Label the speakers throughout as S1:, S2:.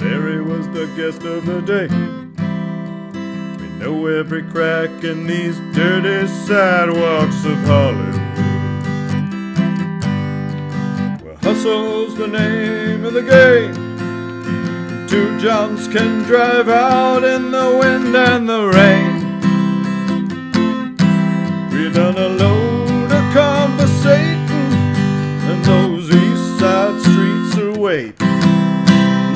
S1: John's the guest of the day. We know every crack in these dirty sidewalks of Hollywood. Well, hustle's the name of the game. Two Johns can drive out in the wind and the rain. We done a load of conversating, and those east side streets are waiting.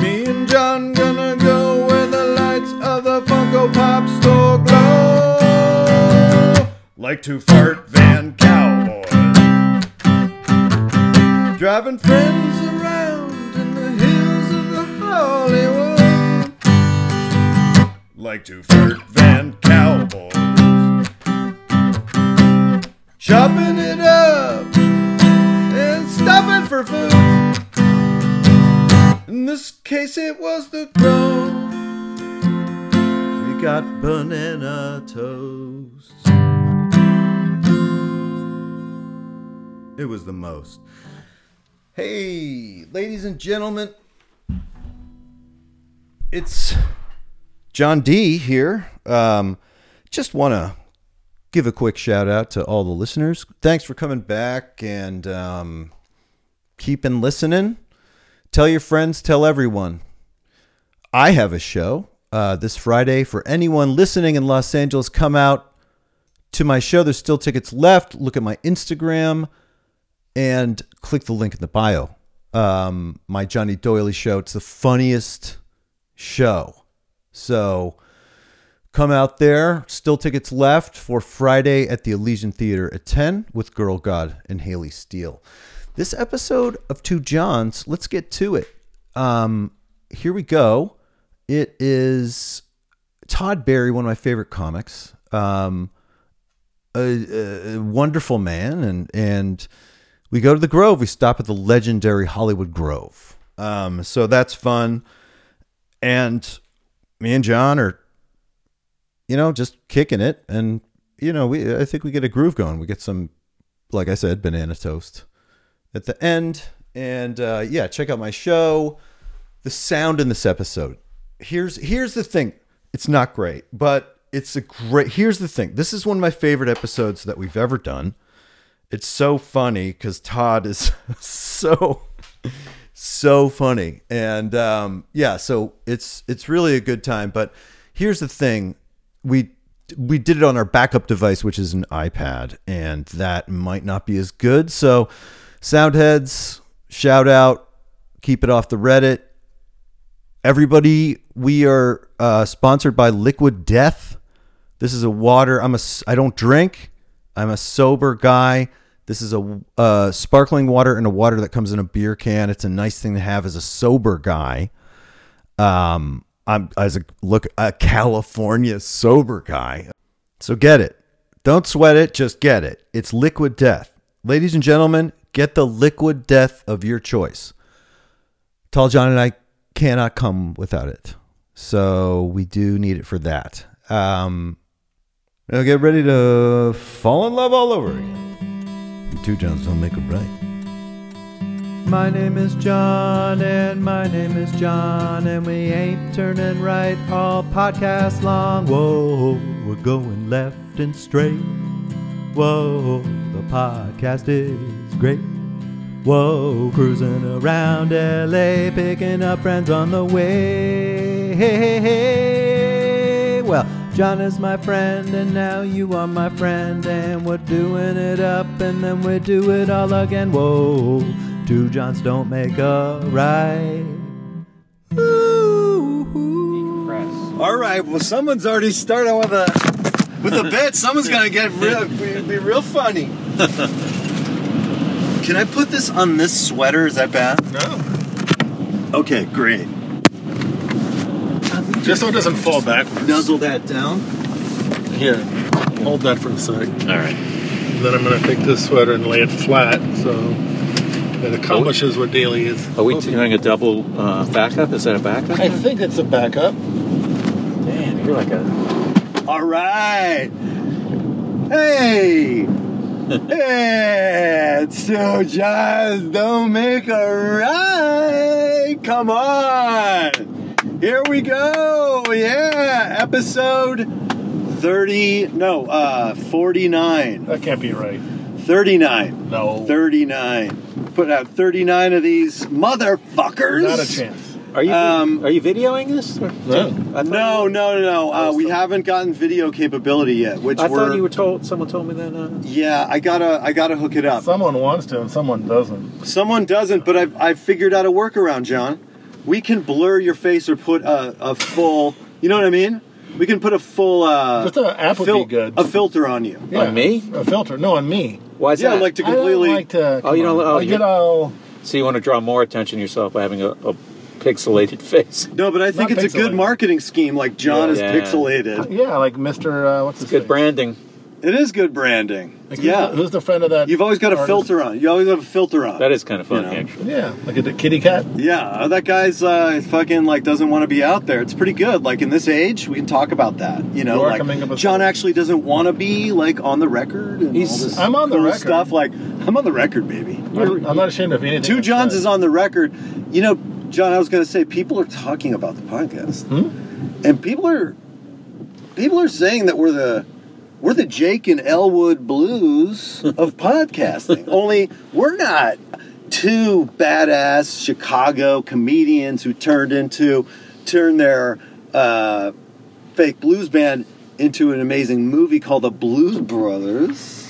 S1: Me and John gonna go where the lights of the Funko Pop store glow. Like two fart van cowboys. Driving friends around in the hills of the Hollywood. Like two fart van cowboys. Chopping it up and stopping for food. In this case, it was the grove. We got banana toast. It was the most. Hey, ladies and gentlemen, it's John D here. Um, just want to give a quick shout out to all the listeners. Thanks for coming back and um, keeping listening tell your friends, tell everyone. I have a show uh, this Friday for anyone listening in Los Angeles. Come out to my show. There's still tickets left. Look at my Instagram and click the link in the bio. Um, my Johnny Doyle show. It's the funniest show. So come out there. Still tickets left for Friday at the Elysian Theater at 10 with Girl God and Haley Steele. This episode of Two Johns, let's get to it. Um, here we go. It is Todd Barry, one of my favorite comics. Um, a, a wonderful man, and and we go to the Grove. We stop at the legendary Hollywood Grove. Um, so that's fun. And me and John are you know, just kicking it. And, you know, we I think we get a groove going. We get some, like I said, banana toast at the end. And uh, yeah, check out my show. The sound in this episode. Here's here's the thing. It's not great, but it's a great here's the thing. This is one of my favorite episodes that we've ever done. It's so funny because Todd is so so funny and um, yeah so it's it's really a good time but here's the thing we we did it on our backup device which is an ipad and that might not be as good so sound heads shout out keep it off the reddit everybody we are uh, sponsored by liquid death this is a water i'm a s- i don't drink i'm a sober guy this is a uh, sparkling water and a water that comes in a beer can it's a nice thing to have as a sober guy um i'm as a look a california sober guy so get it don't sweat it just get it it's liquid death ladies and gentlemen get the liquid death of your choice Tall John and I cannot come without it. So we do need it for that. Um, now get ready to fall in love all over again. Two Johns don't make a right. My name is John, and my name is John, and we ain't turning right all podcast long. Whoa, we're going left and straight. Whoa, the podcast is great. Whoa, cruising around LA, picking up friends on the way. Well, John is my friend, and now you are my friend, and we're doing it up, and then we do it all again. Whoa, two Johns don't make a right.
S2: All right. Well, someone's already started with a with a bit. Someone's gonna get real, be, be real funny. Can I put this on this sweater? Is that bad?
S3: No,
S2: Okay, great.
S3: just so it doesn't fall backwards.
S2: Nuzzle that down.
S3: Here, hold that for a sec.
S4: All right.
S3: Then I'm gonna take this sweater and lay it flat, so it accomplishes what daily is.
S4: Are we doing a double uh, backup? Is that a backup?
S3: I think it's a backup.
S4: Man, you're like a.
S2: All right. Hey. hey, so just don't make a right. Come on.
S1: Here we go. Yeah, episode 30. No, uh 49.
S3: That can't be right.
S1: 39.
S3: No.
S1: 39. Put out 39 of these motherfuckers.
S3: Not a chance.
S5: Are you
S1: Um,
S5: are you videoing this? Or-
S3: No.
S5: I thought-
S1: No, no, no, no.
S5: I
S1: Uh,
S5: was
S1: we
S5: told-
S1: haven't gotten video capability yet, which
S5: I
S1: we're
S5: thought you were told. Someone told me that. Uh,
S1: Yeah, I gotta, I gotta hook it up.
S3: Someone wants to and someone doesn't.
S1: Someone doesn't, but I've, I've figured out a workaround, John. We can blur your face or put a, a full, you know what I mean? We can put a full, uh,
S3: Just an app would
S1: fil-
S3: be good.
S1: a filter on you.
S3: Yeah,
S5: On me?
S3: A filter. No, on me.
S5: why is
S1: yeah,
S5: that?
S1: like to
S3: I don't
S1: completely.
S3: like to.
S5: Oh, you
S3: come
S5: don't-
S3: on.
S5: oh,
S3: I get
S5: you-
S3: all-
S5: so you want to draw more attention to yourself by having a, a pixelated face.
S1: no, but I think
S3: Not
S1: it's a good
S3: pixelated.
S1: marketing scheme. Like John
S5: Yeah.
S1: is pixelated.
S3: Yeah, like Mr. Uh, what's his
S5: Good
S3: face?
S5: branding.
S1: It is good branding.
S3: Like, who's the-
S1: yeah,
S3: Who's the friend of that?
S1: you've always got a
S3: artist?
S1: filter on. You always have a filter on.
S5: That is kind of
S1: You
S5: funny,
S1: know.
S5: actually.
S3: Yeah, like a d- kitty cat.
S1: Yeah, that guy's uh, fucking like doesn't want to be out there. It's pretty good. Like in this age, we can talk about that. You know,
S3: You are coming up
S1: like
S3: with-
S1: John actually doesn't want to be like on the record and
S5: He's-
S1: all this
S3: I'm on the
S1: cool
S3: record.
S1: stuff. Like I'm on the record, baby.
S3: I'm, I'm not ashamed of anything.
S1: Two
S3: I've
S1: Johns
S3: said.
S1: is on the record. You know, John, I was going to say people are talking about the podcast, and people are people are saying that we're the we're the Jake and Elwood Blues of podcasting. Only we're not two badass Chicago comedians who turned into turned their uh, fake blues band into an amazing movie called The Blues Brothers.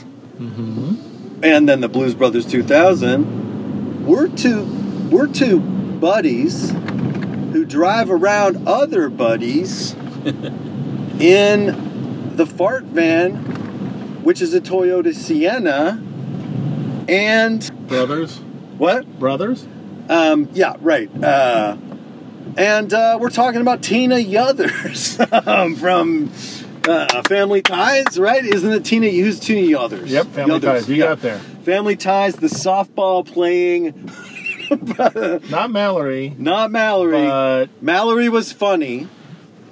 S1: And then the Blues Brothers 2000. We're two, we're two buddies who drive around other buddies in the fart van, which is a Toyota Sienna, and
S3: Brothers.
S1: what?
S3: Brothers?
S1: Um, yeah, right. Uh, and uh, we're talking about Tina Yothers um, from uh, Family Ties, right? Isn't it Tina? Who's Tina Yothers?
S3: Yep, family
S1: Yothers,
S3: ties. You
S1: yeah.
S3: got there.
S1: Family Ties, the softball playing,
S3: Not Mallory,
S1: not Mallory.
S3: but
S1: Mallory was funny.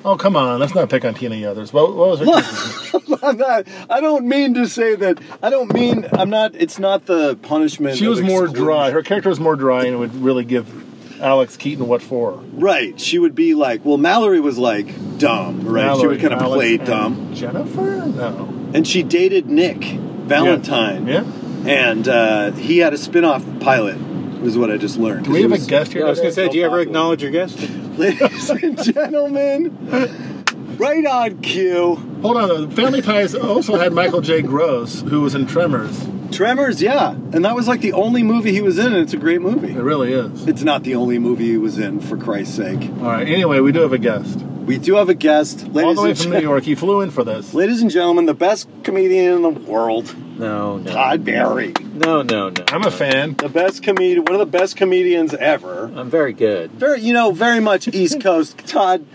S3: oh come on, let's not pick on Tina Yothers. What, what was her?
S1: I'm not, I don't mean to say that. I don't mean. I'm not. It's not the punishment.
S3: she
S1: of
S3: was more
S1: exclusion.
S3: dry. Her character was more dry, and would really give Alex Keaton what for?
S1: Right. She would be like. Well, Mallory was like dumb. Right. she
S3: Mallory,
S1: would kind of
S3: Alex,
S1: play
S3: and
S1: dumb,
S3: Jennifer? No.
S1: and she dated Nick Valentine.
S3: Yeah.
S1: and uh, he had a spin-off pilot is what i just learned
S3: Do we have a guest here?
S5: Yeah, I was
S3: today?
S5: going to say, do you ever acknowledge your guest?
S1: ladies and gentlemen right on cue
S3: Hold on. though. Family Ties also had Michael J. Gross, who was in Tremors.
S1: tremors yeah and that was like the only movie he was in and it's a great movie
S3: It really is.
S1: it's not the only movie he was in for christ's sake
S3: All right. Anyway, we do have a guest.
S1: we do have a guest
S3: All
S1: ladies,
S3: the way
S1: and,
S3: from
S1: gen-
S3: New York. He flew in for this.
S1: ladies and gentlemen the best comedian in the world
S5: No, no,
S1: todd berry
S5: no, no, no.
S3: I'm a fan.
S1: the best comedian one of the best comedians ever
S5: I'm very good.
S1: very you know very much east coast todd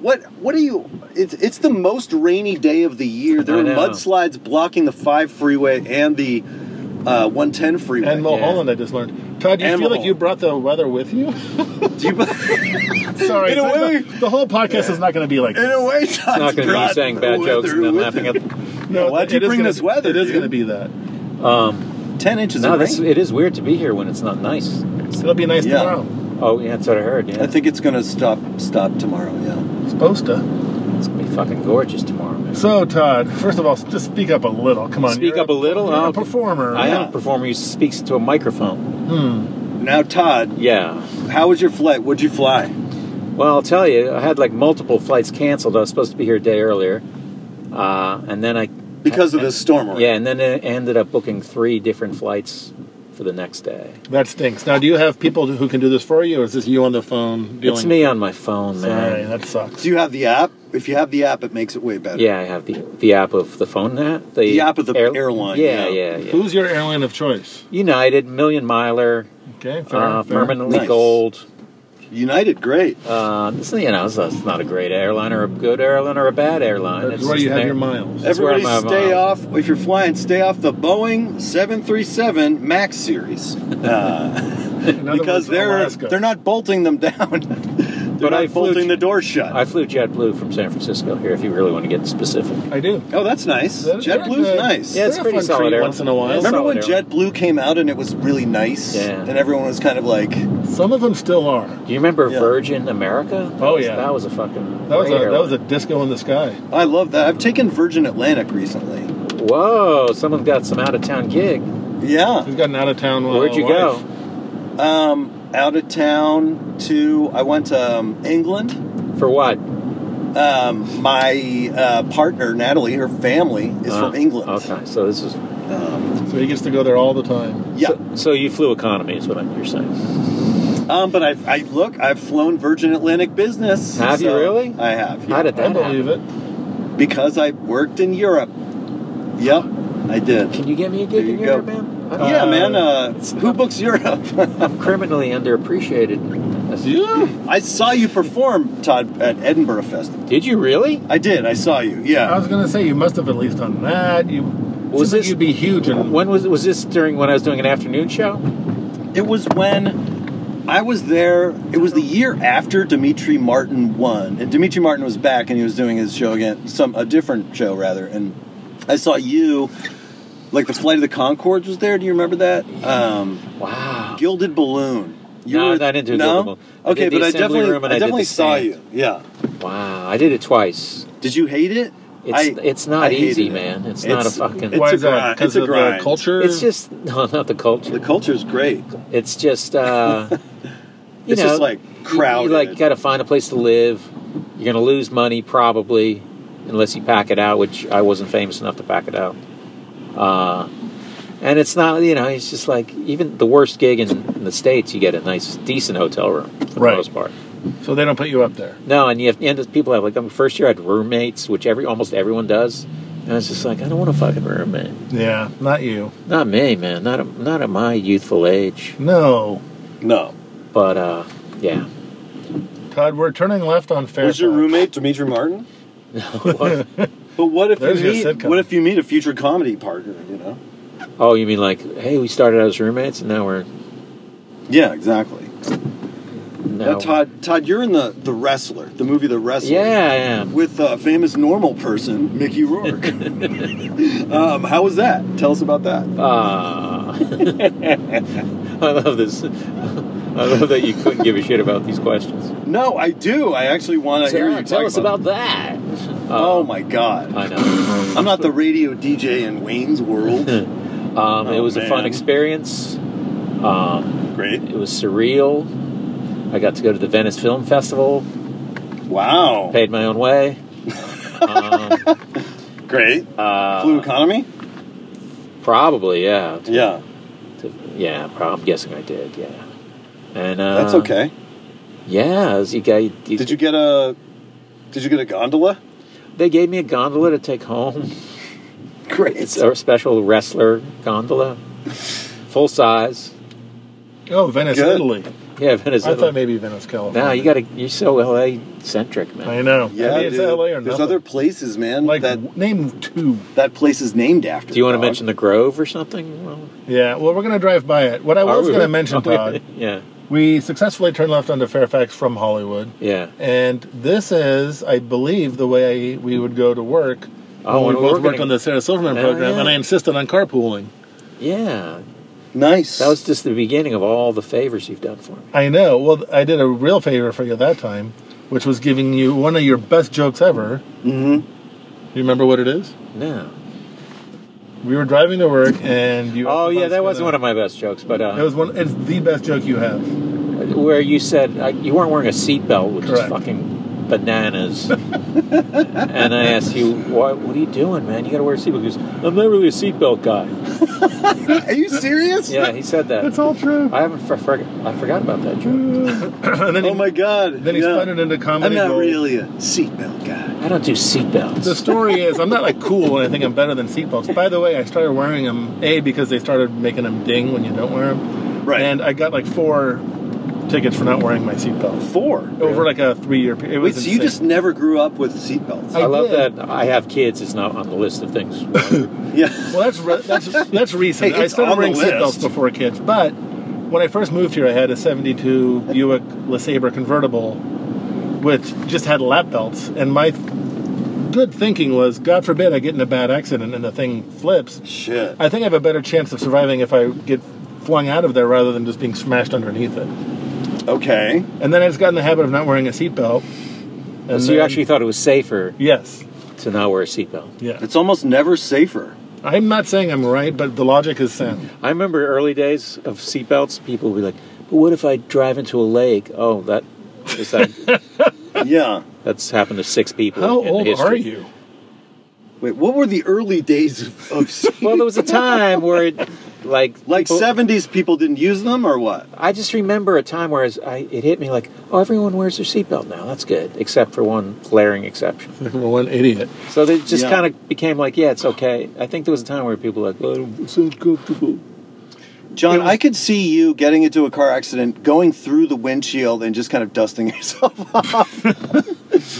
S1: what what are you it's it's the most rainy day of the year there
S5: I
S1: are
S5: know.
S1: mudslides blocking the 5 freeway and the uh, 110 freeway
S3: And
S5: Yeah.
S3: Mulholland, I just learned. Todd, do you
S1: And
S3: feel like
S1: Mulholland.
S3: you brought the weather with you?
S1: Do you-
S3: Sorry.
S1: In a
S3: it's not-
S1: way-
S3: the whole podcast is not going to be like
S1: in a way Todd's
S5: It's not going to be
S1: brought
S5: you saying bad
S1: the
S5: jokes and then
S1: weather
S5: laughing
S1: with
S5: at
S1: it.
S5: them.
S3: No,
S1: Why'd
S3: it
S1: you
S3: is
S1: bring
S3: gonna-
S1: this weather,
S3: It is
S1: dude?
S3: going to be that.
S1: 10 inches
S5: No,
S1: of
S5: this,
S1: rain
S5: it is weird to be here when it's not nice.
S3: It'll be nice
S1: Yeah.
S3: tomorrow.
S5: Oh, yeah, that's what I heard. Yeah,
S1: i think it's going to stop stop tomorrow yeah
S3: It's supposed to.
S5: it's going to be fucking gorgeous tomorrow, man.
S3: So, Todd, first of all, just speak up a little. Come on.
S5: Speak
S3: you're
S5: up a little?
S3: you're
S5: Oh,
S3: a
S5: okay.
S3: performer.
S5: I am
S1: Yeah.
S5: a performer who speaks to a microphone.
S1: now todd
S5: Yeah.
S1: how was your flight would you fly
S5: Well, I'll tell you, I had like multiple flights canceled. I was supposed to be here a day earlier, uh, and then I
S1: because of this storm right?
S5: yeah, and then I ended up booking three different flights for the next day.
S3: That stinks. Now, do you have people who can do this for you, or is this you on the phone? Dealing?
S5: It's me on my phone,
S3: Sorry,
S5: man.
S3: that sucks.
S1: do you have the app if you have the app it makes it way better
S5: Yeah, I have the the app of the phone that the,
S1: The app of the airline, yeah.
S5: Yeah, yeah, yeah.
S3: Who's your airline of choice?
S5: United, Million Miler,
S3: Okay, fair.
S5: uh,
S3: fair.
S5: permanently
S1: Nice.
S5: gold.
S1: united great
S5: Uh, this, you know, it's, it's not a great airline or a good airline or a bad airline.
S3: That's
S5: It's
S3: where
S5: just
S3: you have
S5: an
S3: your
S5: air-
S3: miles.
S5: That's where
S1: Everybody
S5: I'm at,
S1: stay
S5: Miles.
S1: off, if you're flying, stay off the Boeing 737 MAX series. Uh,
S3: In other
S1: because
S3: words,
S1: they're
S3: Alaska.
S1: they're not bolting them down. They're
S5: but
S1: not
S5: I flew,
S1: bolting the door shut.
S5: I flew JetBlue from San Francisco here. If you really want to get specific,
S3: I do.
S1: oh, that's nice.
S3: That-
S1: JetBlue's
S3: they're good.
S1: nice.
S5: yeah, it's
S3: They're a
S5: pretty
S3: fun
S5: solid.
S3: treat
S5: airline.
S3: once in a while.
S5: Yeah, it's
S1: Remember when
S5: solid airline.
S1: JetBlue came out and it was really nice,
S5: Yeah.
S1: and everyone was kind of like,
S3: Some of them still are.
S5: Do you remember
S1: Yeah.
S5: Virgin America? That
S3: Oh,
S5: was-
S3: yeah.
S5: that was a fucking.
S3: That was a
S5: great
S3: that was a
S5: airline.
S3: disco in the sky.
S1: "I love that." I've taken Virgin Atlantic recently.
S5: Whoa! Someone got some out of town gig.
S1: Yeah,
S3: He's got an out of town.
S1: Oh,
S5: Where'd you go?
S1: um, out of town to I went to um, England.
S5: For what?
S1: Um, my uh, partner Natalie, her family is
S5: Uh,
S1: from England.
S5: Okay, so this is.
S1: Um,
S3: So he gets to go there all the time.
S1: yeah,
S5: So, so you flew economy, is what I'm, you're saying.
S1: um, but I, I look, I've flown Virgin Atlantic business.
S5: Have you really?
S1: I have.
S5: How
S1: Yeah.
S5: did
S3: I
S5: that
S3: believe
S5: happen?
S3: it.
S1: because I worked in Europe. Yep, I did.
S5: Can you get me a
S1: There
S5: gig
S1: you
S5: in
S1: go.
S5: Europe, man? I'm,
S1: yeah,
S3: Uh,
S1: man. Uh, who books Europe?
S5: I'm criminally underappreciated. As-
S3: Yeah.
S1: I saw you perform, Todd, at Edinburgh Festival.
S5: Did you really?
S1: I did. I saw you.
S3: I
S1: Yeah.
S3: was gonna say you must have at least done that. You
S5: Was
S3: seems like
S5: this-
S3: you'd be huge and
S5: When was was this during when I was doing an afternoon show?
S1: It was when I was there. It was the year after Dimitri Martin won, and Dimitri Martin was back, and he was doing his show again, some a different show rather. And I saw you. Like the Flight of the Concords was there. Do you remember that? Um,
S5: Wow.
S1: Gilded Balloon. You
S5: No,
S1: were-
S5: I didn't do
S1: no?
S5: Gilded Balloon. I
S1: Okay,
S5: did the
S1: but I
S5: assembly
S1: definitely,
S5: room and
S1: I
S5: I did the
S1: definitely saw
S5: stand.
S1: you. Yeah.
S5: Wow. I did it twice.
S1: Did you hate it?
S5: It's
S1: I-
S5: it's not
S1: I hated
S5: easy,
S1: it.
S5: man. It's,
S1: It's-
S5: not a fucking.
S1: it's-
S3: why
S1: a
S3: is that?
S1: grind. It's
S3: Because
S1: a
S3: of the
S1: grind.
S3: culture.
S5: It's just no, not the
S1: The
S5: culture.
S1: culture's great.
S5: It's just uh, you
S1: it's
S5: know,
S1: just like
S5: you-
S1: crowded.
S5: You, like got to find a place to live. You're gonna lose money probably, unless you pack it out, which I wasn't famous enough to pack it out. Uh, and it's not, you know, it's just like even the worst gig in, in the states, you get a nice, decent hotel room for
S3: Right.
S5: the most part.
S3: so they don't put you up there.
S5: No, and you have and people have like I mean, first year I had roommates, which every almost everyone does, and it's just like I don't want a fucking roommate.
S3: Yeah, not you.
S5: Not me, man. Not at, not at my youthful age.
S3: No,
S1: no.
S5: But uh, yeah,
S3: Todd, we're turning left on Fairfax.
S1: Was your roommate Dimitri Martin?
S5: no.
S1: But what if
S3: There's
S1: you
S3: your
S1: meet?
S3: sitcom.
S1: What if you meet a future comedy partner? You know?
S5: oh, you mean like hey, we started out as roommates and now we're
S1: Yeah, exactly.
S5: now
S1: Now, Todd, Todd, you're in the the wrestler, the movie The Wrestler.
S5: Yeah, I am.
S1: With a famous normal person, Mickey Rourke. um, how was that? Tell us about that.
S5: Ah. I love this. I love that you couldn't give a shit about these questions.
S1: No, I do. I actually want to hear
S5: Sarah,
S1: you
S5: tell
S1: talk
S5: us
S1: about.
S5: about uh, that.
S1: oh my God!
S5: Uh, I know.
S1: I'm not the radio DJ in Wayne's World.
S5: Um, it
S1: Oh,
S5: was a fun
S1: man.
S5: experience. Um,
S1: Great.
S5: it was surreal. I got to go to the Venice Film Festival.
S1: Wow.
S5: Paid my own way. um,
S1: Great.
S5: uh,
S1: Blue economy.
S5: Probably, yeah. To-
S1: Yeah,
S5: to- yeah, prob- I'm guessing I did, yeah. And uh,
S1: that's okay.
S5: Yeah, as you guys, you-
S1: Did you get a? Did you get a gondola?
S5: They gave me a gondola to take home.
S1: Great.
S5: It's a special wrestler gondola, full size.
S3: Oh, Venice,
S1: Good.
S3: Italy.
S5: Yeah, Venice.
S3: I thought
S5: Now
S3: maybe Venice, California.
S5: you got to. You're so LA centric, man.
S3: I know.
S1: yeah,
S3: Maybe it's
S1: dude.
S3: LA or
S1: There's
S3: nothing.
S1: other places, man.
S3: like
S1: that
S3: name two.
S1: that place is named after.
S5: Do you want to
S1: dog.
S5: mention the Grove or something? Well,
S3: Yeah. Well, we're gonna drive by it. What I
S5: are
S3: was
S5: we-
S3: gonna mention,
S5: are we-
S3: Todd,
S5: yeah,
S3: we successfully turned left onto Fairfax from Hollywood,
S5: yeah.
S3: and this is, I believe, the way we would go to work.
S5: Oh,
S3: when
S5: and
S3: we
S5: we're
S3: both worked
S5: gonna-
S3: on the Sarah Silverman
S5: Oh,
S3: program,
S5: yeah.
S3: and I insisted on carpooling.
S5: Yeah,
S1: Nice.
S5: that was just the beginning of all the favors you've done for me.
S3: I know. Well, I did a real favor for you that time, which was giving you one of your best jokes ever.
S1: Mm-hmm.
S3: You remember what it is?
S5: No.
S3: We were driving to work, and you.
S5: Oh yeah, that was one of my best jokes, but
S3: It
S5: uh,
S3: was one. It's the best joke you have.
S5: where you said uh, you weren't wearing a seatbelt, which
S3: Correct.
S5: is fucking bananas. and I asked you, "Why? What are you doing, man? You got to wear a seatbelt." He goes, "I'm not really a seatbelt guy."
S1: Are you serious?
S5: Yeah, he said that.
S3: It's all true.
S5: I haven't for, for, I forgot about that joke.
S3: and then
S1: Oh
S3: he,
S1: my god.
S3: then he
S1: yeah.
S3: spun it into
S1: I'm
S3: comedy.
S1: not
S3: gold.
S1: really a seatbelt guy.
S5: I don't do seatbelts.
S3: The story is, I'm not like cool when I think I'm better than seatbelts. By the way, I started wearing them a because they started making them ding when you don't wear them,
S1: Right.
S3: and I got like four tickets for not wearing my seatbelt
S1: Four.
S3: over like a three-year period. It
S1: Wait,
S3: Oh, was
S1: so you
S3: insane.
S1: just never grew up with seatbelts?
S3: I
S5: I, love
S3: did.
S5: that I have kids. It's not on the list of things.
S1: yeah.
S3: Well, that's re- that's that's recent.
S1: Hey,
S3: I
S1: it's
S3: started
S1: on the
S3: wearing seatbelts
S1: list.
S3: before kids, but when I first moved here, I had a '72 Buick LeSabre convertible which just had lap belts. And my good thinking was, God forbid I get in a bad accident and the thing flips.
S1: Shit.
S3: I think I have a better chance of surviving if I get flung out of there rather than just being smashed underneath it.
S1: Okay.
S3: And then I just got in the habit of not wearing a seatbelt.
S5: So
S3: And
S5: you
S3: then-
S5: actually thought it was safer
S3: Yes.
S5: to not wear a seatbelt.
S3: Yeah.
S1: It's almost never safer.
S3: I'm not saying I'm right, but the logic is sound.
S5: I remember early days of seatbelts. People would be like, "But what if I drive into a lake?" Oh, that is that.
S1: yeah.
S5: that's happened to six people.
S3: How
S5: in
S3: old
S5: history.
S3: are you?
S1: Wait, what were the early days of, of
S5: Well, there was a time where, it, like,
S1: like
S5: people-
S1: seventies people didn't use them or what?
S5: I just remember a time where I, was- I- it hit me like, "Oh, everyone wears their seatbelt now. That's good, except for one glaring exception."
S3: Well, one idiot.
S5: So they just
S1: Yeah.
S5: kind of became like, "Yeah, it's okay." I think there was a time where people were like, "Oh, it's uncomfortable."
S1: John, I could see you getting into a car accident, going through the windshield and just kind of dusting yourself off.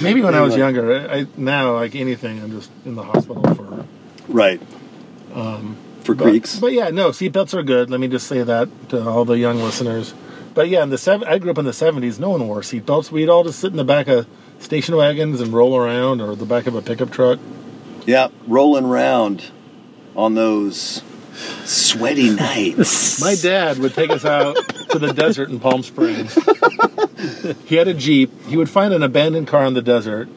S3: Maybe when I was
S1: Anyway.
S3: younger. I, I now like anything, I'm just in the hospital for.
S1: Right.
S3: Um,
S1: For
S3: But,
S1: Greeks.
S3: but yeah, no seatbelts are good. Let me just say that to all the young listeners. But yeah, in the seven, I grew up in the '70s. No one wore seatbelts. We'd all just sit in the back of station wagons and roll around, or the back of a pickup truck.
S1: yeah, rolling round on those sweaty nights.
S3: My dad would take us out to the desert in Palm Springs. he had a Jeep. He would find an abandoned car in the desert.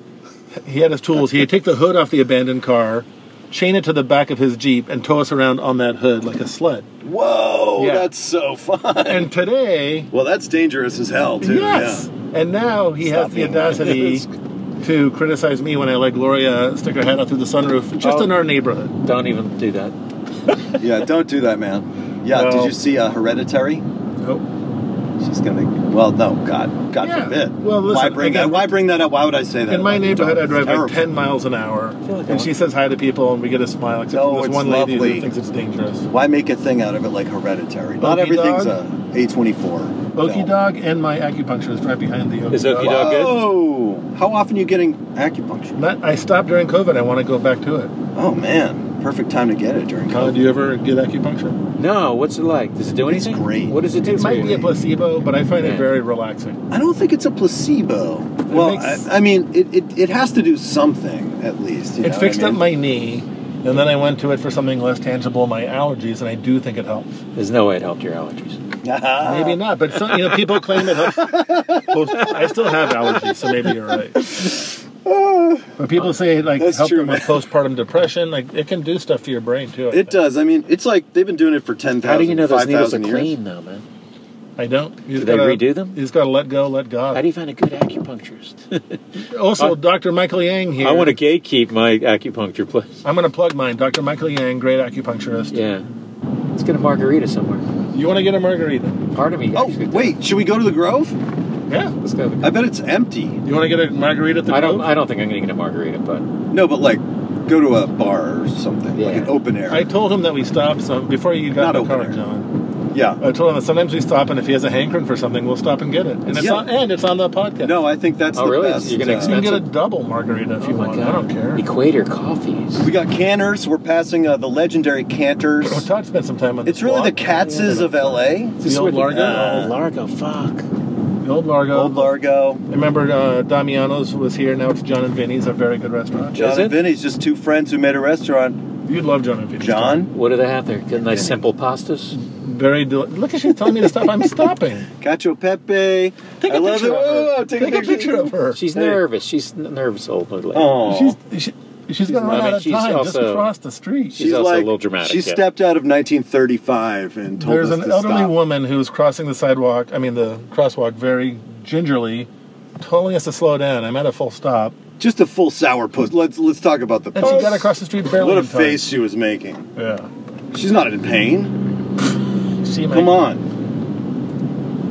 S3: He had his tools. He'd take the hood off the abandoned car, chain it to the back of his Jeep, and tow us around on that hood like a sled.
S1: Whoa,
S3: Yeah.
S1: that's so fun.
S3: And today,
S1: Well, that's dangerous as hell, too.
S3: yes. And now he
S1: Stop
S3: has the
S1: being
S3: audacity to criticize me when I let Gloria stick her head out through the sunroof just
S5: Oh.
S3: in our neighborhood.
S5: Don't even do that.
S1: Yeah. yeah, don't do that, man. Yeah, did
S3: Well-
S1: you see uh, Hereditary?
S3: Nope.
S1: She's gonna. Well, no, God, God
S3: Yeah.
S1: forbid.
S3: Well, listen,
S1: why bring
S3: again-
S1: that? Why bring that up? Why would I say that?
S3: In my neighborhood, I drive like
S1: Terrible.
S3: 10 miles an hour.
S5: feel like I
S3: And she
S5: want-
S3: says hi to people, and we get a smile, except
S1: No,
S3: for this
S1: it's
S3: one lady who
S1: lovely.
S3: thinks it's dangerous.
S1: Why make a thing out of it like Hereditary? Not
S3: Okey
S1: everything's
S3: dog.
S1: a A twenty four.
S3: Okie dog and my acupuncturist right behind the Okie
S5: Is Okie
S3: dog.
S5: dog good?
S1: Oh, how often are you getting acupuncture?
S3: Uh, Not, I stopped during COVID. I want to go back to it.
S1: Oh man, perfect time to get it during
S3: Colin,
S1: COVID.
S3: do you ever get acupuncture?
S5: No, what's it like? Does it do
S1: It's
S5: anything?
S1: great.
S5: What does it do?
S3: It
S5: for
S3: might
S5: you?
S3: be a placebo, but I find
S5: Yeah.
S3: it very relaxing.
S1: I don't think it's a placebo. well,
S3: makes-
S1: I, I mean, it, it, it has to do something at least. You know
S3: it
S1: what
S3: fixed
S1: I
S3: up
S1: mean?
S3: my knee, and then I went to it for something less tangible, my allergies, and I do think it helps.
S5: There's no way it helped your allergies.
S3: Maybe not, but some, you know, people claim it helps. Well, I still have allergies, so maybe you're right. But people say it like
S1: That's
S3: helps
S1: true,
S3: them with postpartum depression. Like it can do stuff to your brain too. I
S1: It
S3: think.
S1: does. I mean, it's like they've been doing it for 10,000,
S5: How do you know those needles are
S1: 5,000 years.
S5: clean, though, man?
S3: I don't. You just
S5: they
S3: gotta-
S5: redo them?
S3: You just got to let go, let God.
S5: How do you find a good acupuncturist?
S3: Also, Dr. Michael Yang here.
S5: I want to gatekeep my acupuncture place.
S3: I'm going to plug mine. Dr. Michael Yang, great acupuncturist.
S5: Yeah. Let's get a margarita somewhere.
S3: You want to get a margarita?
S5: Part of me.
S1: Oh,
S5: actually does.
S1: wait, should we go to the Grove?
S3: Yeah.
S5: Let's go. to the-
S1: I bet it's empty.
S3: You want to get a margarita at the
S5: I don't.
S3: Grove?
S5: I don't think I'm going to get a margarita, but
S1: No, but like, go to a bar or something, like
S5: Yeah.
S1: an open air.
S3: I told him that we stopped some before you got
S1: Not
S3: in the car,
S1: open air.
S3: John.
S1: yeah.
S3: I told him that sometimes we stop, and if he has a hankering for something, we'll stop and get it. And it's
S1: Yeah.
S3: on, and it's on the podcast.
S1: No, I think that's
S5: Oh,
S1: the
S5: really?
S1: best. uh,
S5: You're gonna
S3: you
S5: expect-
S3: can get a double margarita if
S5: oh
S3: you
S5: my
S3: want.
S5: god,
S3: I don't care.
S5: Equator coffees.
S1: we got Canners. We're passing uh, the legendary Canters.
S3: Oh, Todd spent some time on
S1: It's
S3: this
S1: really the
S3: walk.
S1: Katzes of L.A.
S5: Is this
S3: the old
S5: where the-
S3: Largo?
S5: Oh, Largo. Fuck.
S3: the old Largo.
S1: Old Largo.
S3: I remember uh, Damiano's was here. Now it's John and Vinny's, a very good restaurant.
S1: John
S5: it?
S1: and Vinny's just two friends who made a restaurant.
S3: You'd love John and Vinny's.
S1: John,
S5: What do they have there? Good, nice simple pastas.
S3: very del- look at you telling me to stop. I'm stopping.
S1: Cacio Pepe.
S3: Take a
S1: I love it.
S3: picture of her.
S1: Oh, take, a picture,
S3: of her.
S5: She's
S1: Hey.
S5: nervous. She's n- nervous, old lady.
S1: Oh,
S3: she's she, she's gonna
S5: I
S3: run
S5: mean,
S3: out of
S5: she's
S3: time just
S5: also-
S3: across the street.
S5: she's also a little dramatic,
S1: She
S5: yeah.
S1: stepped out of 1935 and told
S3: There's
S1: us
S3: an
S1: to
S3: elderly
S1: stop.
S3: woman who's crossing the sidewalk. I mean the crosswalk very gingerly, telling us to slow down. I'm at a full stop,
S1: Just a full sour puss. Let's let's talk about the.
S3: and
S1: puss.
S3: she got across the street barely.
S1: What a
S3: in time.
S1: face she was making.
S3: Yeah.
S1: She's not in pain.
S3: See, man,
S1: Come on.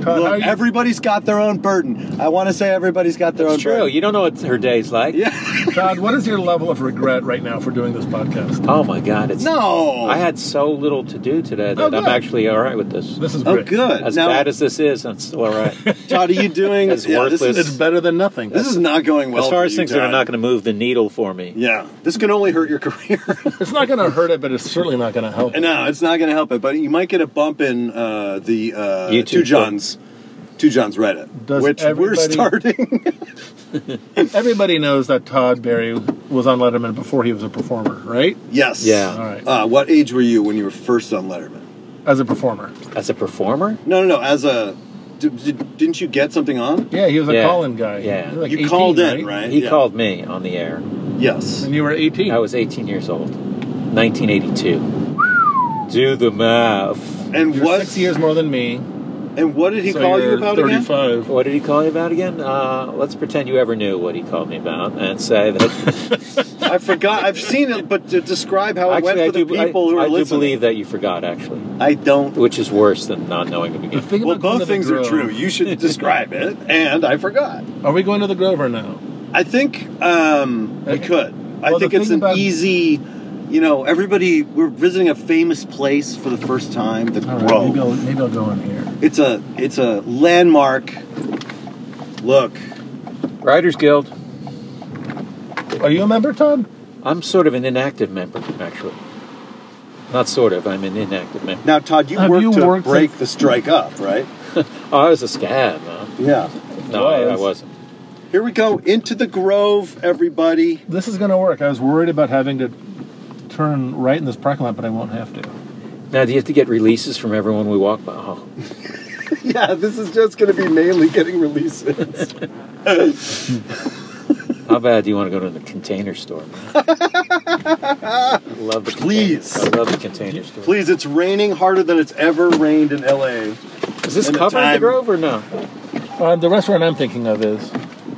S3: Todd, how Uh, are
S1: Look,
S3: you-
S1: everybody's got their own burden. I want to say everybody's got their
S5: It's
S1: own
S5: true.
S1: burden.
S5: You don't know what her day's like.
S1: Yeah.
S3: Todd, what is your level of regret right now for doing this podcast?
S5: Oh my god, it's
S1: no.
S5: I had so little to do today that
S3: Oh,
S5: I'm
S3: good.
S5: actually all right with this.
S3: This is
S1: Oh,
S3: great.
S1: good.
S5: As
S1: now,
S5: bad as this is, I'm still all right. as
S1: Todd, are you doing?
S5: as
S1: this
S5: worthless-
S3: It's
S1: is
S3: better than nothing.
S1: this is not going well.
S5: far
S1: for
S5: as
S1: you,
S5: things that are
S1: Todd.
S5: not going to move the needle for me,
S1: Yeah, this can only hurt your career.
S3: it's not going to hurt it, but it's certainly not going to help.
S1: And no, it's not going to help it, but you might get a bump in uh, the uh,
S5: YouTube
S1: two Johns to John's Reddit,
S3: Does
S1: which we're
S3: everybody-
S1: starting.
S3: Everybody knows that Todd Barry was on Letterman before he was a performer, right?
S1: yes.
S5: Yeah.
S3: All right.
S1: Uh, what age were you when you were first on Letterman?
S3: As a performer.
S5: As a performer?
S1: No, no, no. As a, did, did, didn't you get something on?
S3: Yeah, he was a
S5: Yeah.
S3: call-in guy. He
S5: Yeah.
S3: was like
S1: you
S3: 18,
S1: called in, right?
S5: He
S1: Yeah.
S5: called me on the air.
S1: Yes.
S3: And you were 18.
S5: I was 18 years old. 1982. Do the math.
S1: And
S3: You're
S1: what?
S3: six years more than me.
S1: And what did he
S3: so
S1: call you
S3: you're
S1: about again?
S3: 35.
S5: What did he call you about again? Uh, let's pretend you ever knew what he called me about and say that.
S1: I forgot. I've seen it, but to describe how it
S5: actually, I
S1: went for
S5: do,
S1: the people
S5: I,
S1: who are
S5: I do
S1: listening,
S5: believe that you forgot, actually,
S1: I don't.
S5: which is worse than not knowing the
S3: The
S5: beginning.
S3: thing
S1: Well,
S3: about going
S1: both
S3: to the
S1: things are
S3: Grove-
S1: true. You should describe it, and I forgot.
S3: Are we going to the Grove or no?
S1: I think um, we
S3: Okay.
S1: could. I
S3: Well,
S1: think
S3: the
S1: it's
S3: thing
S1: an
S3: about-
S1: easy. You know, everybody. We're visiting a famous place for the first time. The
S3: All right,
S1: Grove.
S3: maybe, I'll, maybe I'll go in here.
S1: It's a it's a landmark. Look,
S5: Writers Guild.
S3: Are you a member, Todd?
S5: I'm sort of an inactive member, actually. Not sort of, I'm an inactive member.
S1: now, Todd, you
S3: Have
S1: worked
S3: you
S1: to
S3: worked
S1: break
S3: in-
S1: the strike up, right?
S5: Oh, I was a scab. Huh?
S1: Yeah.
S5: No, I, I
S3: Was.
S5: wasn't.
S1: Here we go into the Grove, everybody.
S3: This is going to work. I was worried about having to turn right in this parking lot, but I won't have to.
S5: Now, do you have to get releases from everyone we walk by? Oh,
S1: Yeah, this is just going to be mainly getting releases.
S5: how bad do you want to go to the container store? man? I love the container-
S1: Please.
S5: I love the container store.
S1: Please, it's raining harder than it's ever rained in LA.
S5: Is this
S1: And the
S5: covering the
S1: time.
S5: Grove or no?
S3: Uh, the restaurant I'm thinking of is.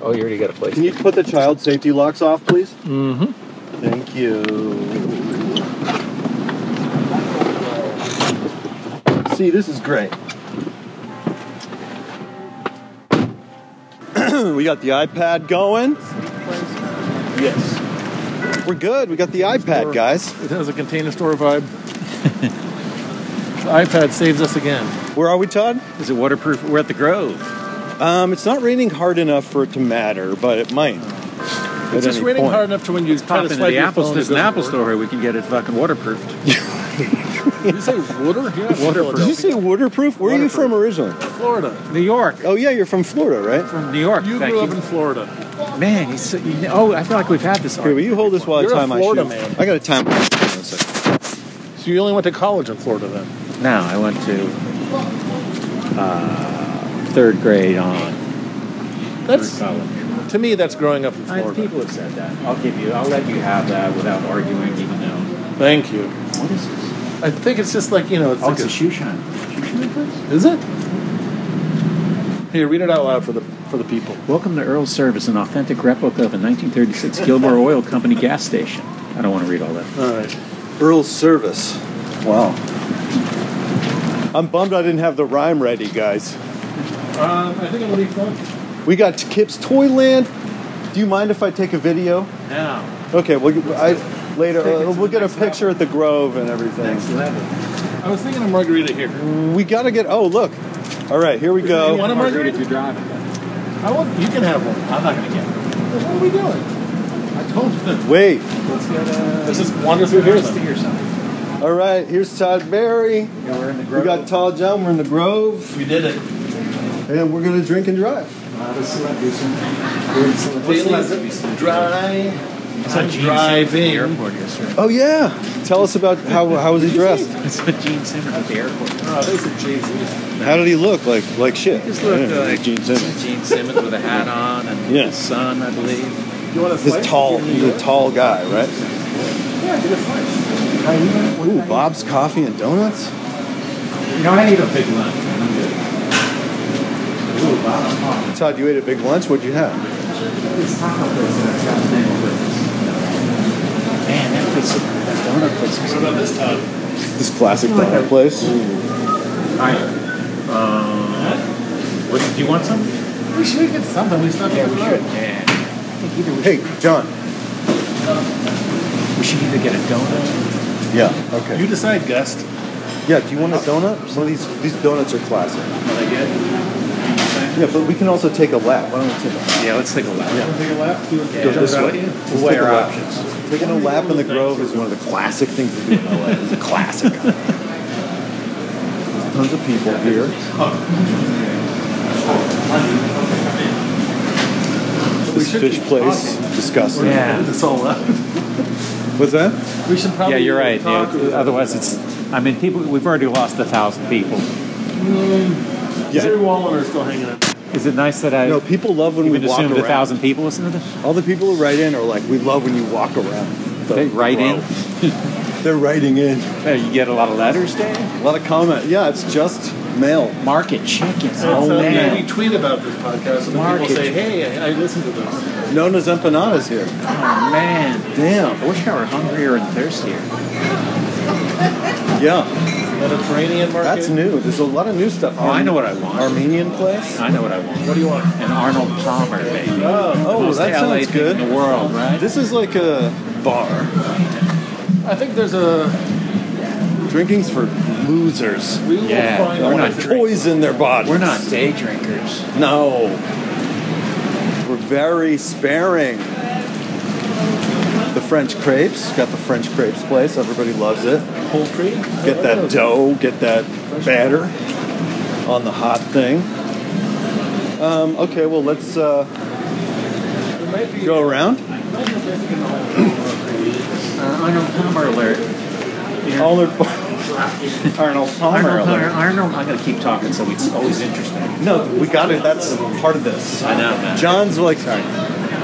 S5: Oh, you already got a place.
S1: Can you put the child safety locks off, please?
S3: Mm-hmm.
S1: Thank you. See, this is great. we got the iPad going.
S3: Yes.
S1: We're good. We got the iPad, guys.
S3: It has a container store vibe. the iPad saves us again.
S1: Where are we, Todd?
S6: Is it waterproof? We're at the Grove.
S1: Um, it's not raining hard enough for it to matter, but it might.
S3: It's just raining hard enough to when you try
S6: Pop
S3: to
S6: into
S3: swipe
S6: the
S3: your
S6: Apple.
S3: phone,
S6: There's
S3: it
S6: an
S3: doesn't
S6: Apple
S3: work.
S6: store where we can get it fucking waterproofed.
S3: Did you say water? Yeah,
S1: Did you
S3: waterproof.
S1: say waterproof? Where are you from originally?
S3: Florida.
S6: New York.
S1: Oh yeah, you're from Florida, right?
S6: From New York.
S3: You
S6: thank
S3: grew
S6: you.
S3: up in Florida.
S6: Man, he's so, you know, oh, I feel like we've had this.
S1: Here, will
S6: argument.
S1: you hold this while
S3: You're
S1: I
S3: a
S1: time my
S3: Florida
S1: shoe?
S3: man.
S1: I got to time. my shoe in a second.
S3: So you only went to college in Florida then?
S6: No, I went to uh, third grade on
S3: That's
S6: through college.
S3: to me. That's growing up in
S6: I,
S3: Florida.
S6: people have said that. I'll give you. I'll let you have that without arguing, even though.
S3: Thank you.
S6: What is this?
S3: I think it's just like you know. It's
S6: Oh,
S3: like
S6: it's a
S3: a-
S6: shoe shine. Shoe shine place.
S3: Is it? Here, read it out loud for the for the people.
S6: Welcome to Earl's Service, an authentic replica of a 1936 Gilmore Oil Company gas station. I don't want to read all that.
S3: All right.
S1: Earl's service. Wow. I'm bummed I didn't have the rhyme ready, guys.
S3: Um, I think I'm gonna leave one.
S1: We got Kip's Toyland. Do you mind if I take a video?
S6: Now,
S1: Okay, well, you- I later
S6: Take it
S1: uh,
S6: to
S1: we'll
S6: the
S1: get a
S6: next level.
S1: picture at the Grove and everything.
S6: level.
S3: I was thinking a margarita here.
S1: We got to get. Oh, look. All right, here we
S3: You want
S1: go.
S3: a margarita?
S6: you're driving.
S3: I want. You can have one.
S6: I'm not going to get it.
S3: What are we doing? I told you.
S1: Wait.
S6: Let's get a.
S3: Let's just wander through here. then.
S6: something.
S1: All right, here's Todd Berry.
S6: Yeah, we're in the
S1: We
S6: grove.
S1: got Tall John. We're in the Grove,
S3: We did it.
S1: and we're gonna drink and drive.
S3: Dailies dry. I'm driving.
S6: airport yesterday.
S1: Oh yeah. Tell us about how how was he dressed?
S6: That's what Gene Simmons at the airport.
S3: Oh, they said Jay Z.
S1: How did he look? Like like shit.
S6: Just looked
S1: Yeah,
S6: like
S1: Gene Simmons.
S6: Gene Simmons with a hat on and
S1: Yeah.
S6: his son, I believe.
S3: You want a
S1: This
S3: slice?
S1: tall,
S3: Give me
S1: he's a
S3: yours.
S1: tall guy, right?
S3: Yeah, I did a slice.
S1: Ooh, Bob's Coffee and Donuts.
S6: You know, I ate a big lunch. man. I'm good.
S1: Todd, you ate a big lunch. What'd you have?
S3: Oh,
S6: It's taco place that I got there with. Man, that place, that donut place was
S3: What about this time?
S1: This classic donut place.
S6: Hi. Uh, what, do you want some?
S3: We should get something. We stopped
S6: Yeah,
S3: at
S6: we
S3: the
S6: should.
S3: road.
S6: Yeah. I think either we,
S1: Hey, John.
S6: we should either get a donut.
S1: Yeah. Okay.
S3: You decide, guest.
S1: Yeah. Do you want a donut? Some of these these donuts are classic.
S6: Are they good?
S1: Yeah, but we can also take a lap. Why don't we take a lap?
S6: Yeah, let's take a lap.
S3: Want to take a lap? Do you want to
S6: Yeah.
S3: jump
S6: This
S3: out?
S6: way.
S1: Let's
S6: Weigh
S1: take a
S6: our
S1: lap.
S6: options.
S1: Taking a lap in the Grove is one of the classic things to do in LA. It's a classic. There's tons of people here. This fish place, disgusting.
S7: Yeah.
S8: It's all up.
S1: What's that?
S8: We should probably
S7: Yeah, you're right.
S8: talk
S7: dude.
S8: about
S7: Otherwise, it's. I mean, people. We've already lost a thousand people.
S8: it. Jerry Wallander is still hanging out.
S7: Is it nice that I
S1: No, people love when
S7: even
S1: we walk
S7: assumed
S1: around.
S7: a thousand people listen to this?
S1: All the people who write in are like, we love when you walk around.
S7: They write in.
S1: They're writing in.
S7: Oh, you get a lot of letters, Dan.
S1: A lot of comment. Yeah, it's just mail.
S7: Market chickens.
S3: Oh,
S7: Oh man.
S3: you tweet about this podcast, and then
S7: Market.
S3: people say, "Hey, I, I listened to this."
S1: Known as empanadas here.
S7: Oh man.
S1: Damn.
S7: I wish I were hungrier and thirstier.
S1: Yeah,
S3: Mediterranean market.
S1: that's new. There's a lot of new stuff.
S7: Oh, I know what I want.
S1: Armenian place.
S7: I know what I want.
S3: What do you want?
S7: An Arnold Palmer, baby.
S1: Oh,
S7: Most
S1: that
S7: LA
S1: sounds
S7: thing
S1: good.
S7: In the world, right?
S1: This is like a bar.
S3: I think there's a.
S1: Drinking's for losers.
S3: We will
S7: Yeah.
S3: find.
S7: We're
S1: They
S3: one.
S7: not
S1: want to poison their bodies.
S7: We're not day drinkers.
S1: No. We're very sparing. The French crepes. Got the French crepes place. Everybody loves it.
S3: Whole tree.
S1: Get
S7: Oh.
S1: that dough, get that batter on the hot thing. Um, okay, well, let's uh,
S3: There might be-
S1: go around.
S7: Uh, Arnold Palmer alert. Yeah.
S1: Arnold, Arnold Palmer.
S7: Arnold, Palmer,
S1: alert.
S7: Arnold, I'm gonna keep talking, so it's always interesting.
S1: No, we got it. That's part of this.
S7: I know, man.
S1: John's like,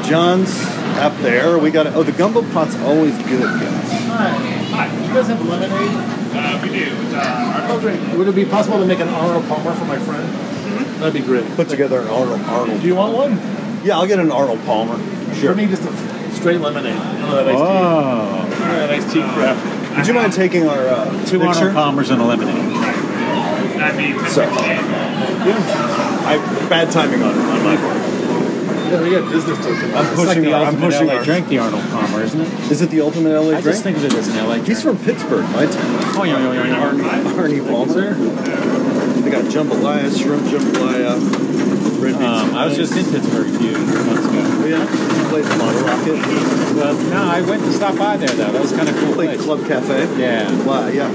S1: John's up there. We got it. Oh, the gumbo pot's always good, guys.
S3: Hi. Do you guys have lemonade? Uh, we do. Would it be possible to make an Arnold Palmer for my friend? That'd be great.
S1: Put together an Arnold
S3: Do
S1: Arnold.
S3: you want one?
S1: Yeah, I'll get an Arnold Palmer.
S3: For me, just a straight lemonade. None of that iced
S7: Oh,
S3: tea. None of that iced tea crap.
S1: Would you mind taking our uh,
S7: two Arnold
S1: picture?
S7: Palmers and a lemonade.
S1: So, yeah, I bad timing on it on my part.
S3: Yeah, we got business to do.
S1: I'm
S7: It's like
S1: pushing.
S7: the
S1: our- I'm
S7: ultimate
S1: pushing.
S7: LA
S1: our-
S7: drink, the Arnold Palmer, isn't it?
S1: Is it the ultimate LA
S7: I
S1: drink?
S7: just think of it as an LA drink.
S1: He's from Pittsburgh, my town.
S7: oh, yeah, yeah, yeah, yeah.
S1: Arnie Palmer. They got jambalaya, shrimp jambalaya, red beans.
S7: Um, I was just in Pittsburgh a few months ago.
S1: yeah. He played the Model Rocket.
S7: Well, no, I went to stop by there though. That was kind of cool.
S1: Played
S7: place.
S1: Club Cafe.
S7: Yeah.
S1: Wow, yeah,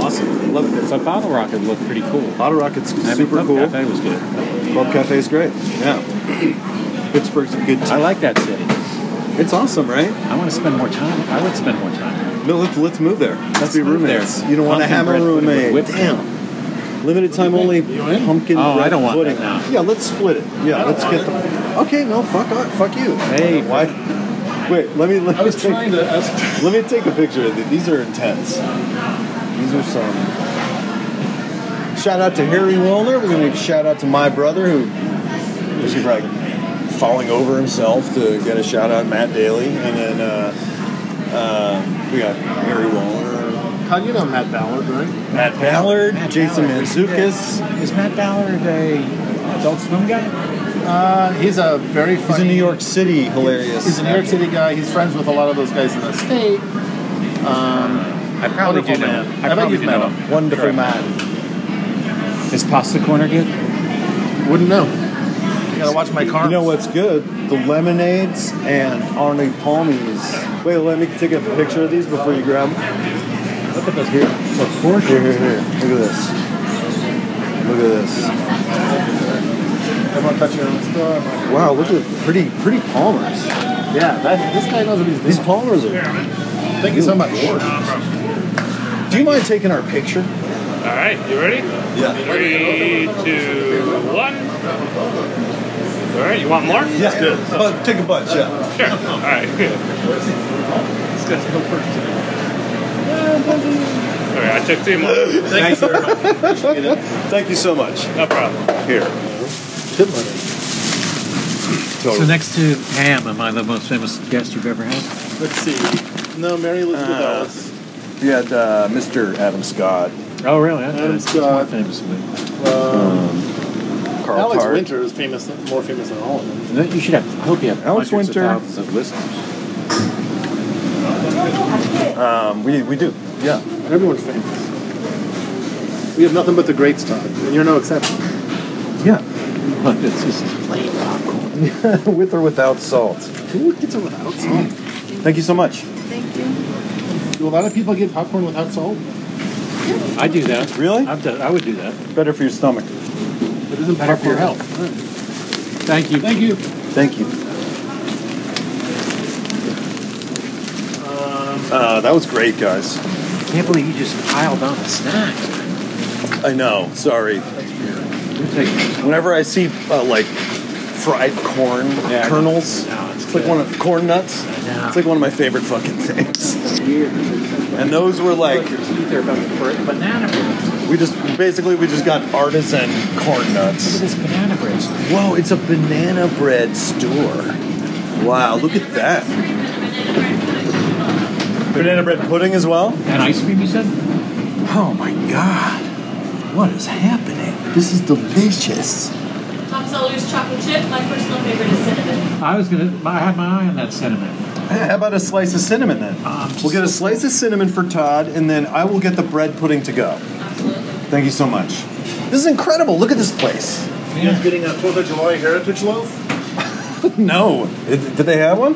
S1: awesome. Love it.
S7: But Bottle Rocket looked pretty cool.
S1: Model Rocket's
S7: I mean,
S1: super
S7: Club
S1: cool.
S7: Cafe was good.
S1: Club Cafe's great. Yeah. Pittsburgh's a good
S7: I
S1: town.
S7: like that city.
S1: It's awesome, right?
S7: I want to spend more time. I would spend more time. there.
S1: No, let's, let's move there. Let's, be
S7: move
S1: roommates.
S7: there.
S1: You don't want to
S7: Pumpkin
S1: hammer
S7: bread
S1: a
S7: pudding
S1: roommate.
S7: with whipped cream.
S1: Limited time only pumpkin
S7: Oh, I
S1: bread
S7: don't want
S1: pudding.
S7: that now.
S1: Yeah, let's split it. Yeah, let's get them. Okay, no, fuck off. Fuck you.
S7: Hey,
S1: Why? Wait, let me let
S3: I
S1: me
S3: was
S1: take,
S3: trying to ask.
S1: let me take a picture of these. These are intense. These are some. Shout out to Harry Wilner. We're gonna make a shout out to my brother who is like falling over himself to get a shout out Matt Daly, and then uh, uh, we got Harry Wilner,
S3: How do you know Matt Ballard, right?
S1: Matt Ballard,
S7: Matt
S1: Jason
S7: Ballard.
S1: Manzukis.
S7: Is Matt Ballard a adult swim guy?
S3: Uh, he's a very
S1: He's a
S3: funny.
S1: New York City hilarious.
S3: He's a New York City guy. He's friends with a lot of those guys in the state. Um,
S7: I probably
S3: Wonderful
S7: do know.
S3: man.
S7: him.
S3: I bet
S7: I probably
S3: you've
S7: do
S3: met
S7: know.
S3: him.
S1: Wonderful man.
S7: him. Is Pasta Corner good?
S3: wouldn't know. You gotta watch my car.
S1: You know what's good? The lemonades and Arnie Palmies. Wait, let me take a picture of these before you grab them. Look at this here. Here, here, here. Look at this. Look at this.
S3: I won't touch your own stuff.
S1: Wow, look at the pretty, pretty Palmers.
S3: Yeah, that, this guy knows what he's doing.
S1: These Palmers are.
S3: Thank you so much.
S1: Do you mind taking our picture?
S9: All right, you ready?
S1: Yeah.
S9: Three, two, one. All right, you want more?
S1: Yeah. Oh, take a bunch. Yeah.
S9: Sure. All right. All right, I took two more.
S1: Thanks. Thank you so much.
S9: No problem.
S1: Here.
S3: Tip money.
S7: So next to ham, am I the most famous guest you've ever had?
S3: Let's see. No, Mary Elizabeth Ellis.
S1: We had uh, Mr. Adam Scott,
S7: Oh, really?
S3: Adam
S7: That's more
S3: Scott.
S7: famous than me.
S1: Carl
S3: Alex
S1: Tart.
S3: Winter is famous, more famous than all of them.
S7: No, You should have. I hope you have
S1: Alex
S7: hundreds
S1: Winter.
S7: of thousands of listeners.
S1: Um, we, we do. Yeah.
S3: Everyone's famous. We have nothing but the greats, Todd, and you're no exception.
S1: Yeah.
S7: It's just plain popcorn.
S1: With or without salt.
S3: Who gets it without salt?
S1: Thank you so much.
S3: Do a lot of people get popcorn without salt?
S7: I do that.
S1: Really?
S7: I've done, I would do that.
S1: Better for your stomach.
S10: It isn't better for your health.
S7: Thank you.
S10: Thank you.
S1: Thank you.
S7: Um,
S1: Uh, that was great, guys.
S7: I can't believe you just piled on the snacks.
S1: I know. Sorry. Whenever I see uh, like fried corn kernels, it's like one of corn nuts. It's like one of my favorite fucking things. And those were like
S7: teeth are about to break. Banana bread.
S1: we just basically we just got artisan corn nuts.
S7: This banana bread.
S1: Whoa, it's a banana bread store. Wow, look at that. Banana bread pudding as well?
S7: And ice cream, you said?
S1: Oh my god. What is happening? This is delicious.
S11: Tom Sawyer's chocolate chip. My personal favorite is cinnamon.
S7: I was gonna. I had my eye on that cinnamon.
S1: Hey, how about a slice of cinnamon then? we'll get a slice of cinnamon for Todd, and then I will get the bread pudding to go. Thank you so much. This is incredible. Look at this place.
S10: You guys getting a 4th of July heritage loaf?
S1: no. It- did they have one?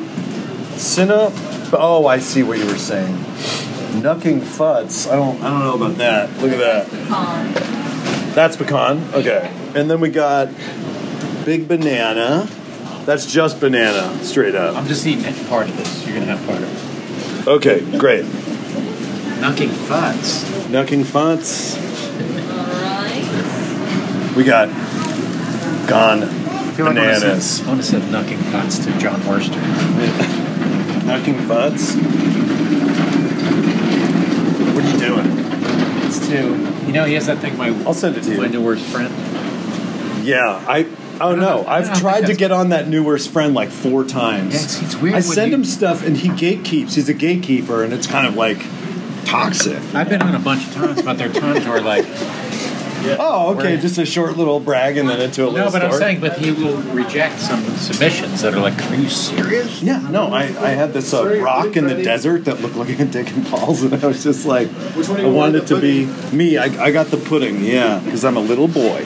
S1: Cinna. Oh, I see what you were saying. Nucking fuds. I don't. I don't know about that. Look at that.
S11: Pecan.
S1: That's pecan. Okay. And then we got big banana. That's just banana, straight up.
S7: I'm just eating it. part of this. You're gonna have part of it.
S1: Okay, great.
S7: Knocking fuds.
S1: Nucking fonts.
S11: Alright.
S1: We got gone bananas.
S7: I want to send knocking fuds to John Worster.
S1: Nucking fonts. What are you doing?
S7: It's to you know he has that thing. My
S1: I'll send it to
S7: my
S1: you.
S7: new worst Oh, friend.
S1: Yeah, I. Oh no,
S7: I
S1: I've
S7: don't
S1: tried
S7: think
S1: to
S7: that's-
S1: get on that new worst friend like four times.
S7: Yeah, it's- it's weird
S1: I
S7: when
S1: send
S7: you-
S1: him stuff and he gatekeeps. He's a gatekeeper, and it's kind of like toxic.
S7: I've been on a bunch of times, but there are times where like
S1: Oh, okay,
S7: Right.
S1: just a short little brag and then into a little
S7: no, but I'm
S1: story.
S7: saying, but he will reject some submissions that are like, are you serious?
S1: Yeah, no, I, I had this uh,
S10: Sorry,
S1: rock in the
S10: ready?
S1: desert that looked like a dick and balls, and I was just like,
S10: Which one do
S1: I
S10: you want,
S1: wanted it
S10: the
S1: to be me. I, I got the pudding, yeah, because I'm a little boy.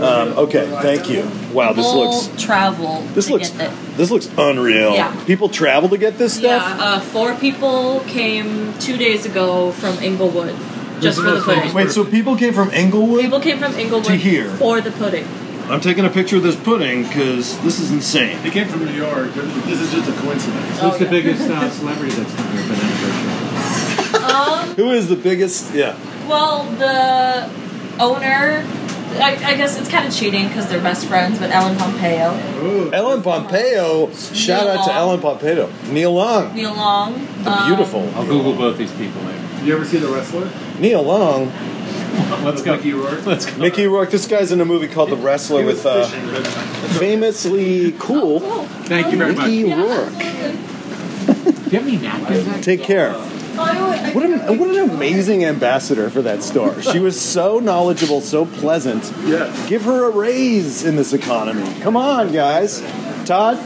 S1: Um, okay, thank you. Wow, this
S11: Full
S1: looks
S11: travel.
S1: this
S11: to
S1: looks
S11: get the-
S1: this looks unreal.
S11: Yeah.
S1: People travel to get this
S11: Yeah,
S1: stuff.
S11: uh, four people came two days ago from Inglewood just for the pudding.
S1: Wait, so people came from Englewood?
S11: People came from Inglewood
S1: To here.
S11: for the pudding.
S1: I'm taking a picture of this pudding because this is insane.
S10: They came from New York. This is just a coincidence.
S11: Oh,
S7: Who's the
S11: yeah.
S7: biggest uh, celebrity that's come here? Banana
S11: Um,
S1: Who is the biggest? Yeah,
S11: well, the owner, I, I guess it's kind of cheating because they're best friends, but Ellen Pompeo,
S1: Ellen Pompeo. Shout out to
S11: Long.
S1: Ellen Pompeo. Neil Long,
S11: Neil Long,
S1: the
S11: um,
S1: beautiful.
S7: I'll Google both these people later.
S10: You ever see The Wrestler?
S1: Neil Long.
S7: Let's go.
S10: Mickey Rourke?
S7: Let's go.
S1: Mickey Rourke. This guy's in a movie called The Wrestler
S10: He was
S1: with uh,
S10: fishing, but-
S1: famously cool
S11: Oh,
S7: Thank you very much.
S1: Mickey
S7: Do
S11: yeah,
S1: Rourke.
S11: absolutely.
S7: you have any napkins?
S1: Take care.
S11: I-
S1: What an, what an amazing ambassador for that store. She was so knowledgeable, so pleasant.
S10: Yeah.
S1: Give her a raise in this economy. Come on, guys. Todd,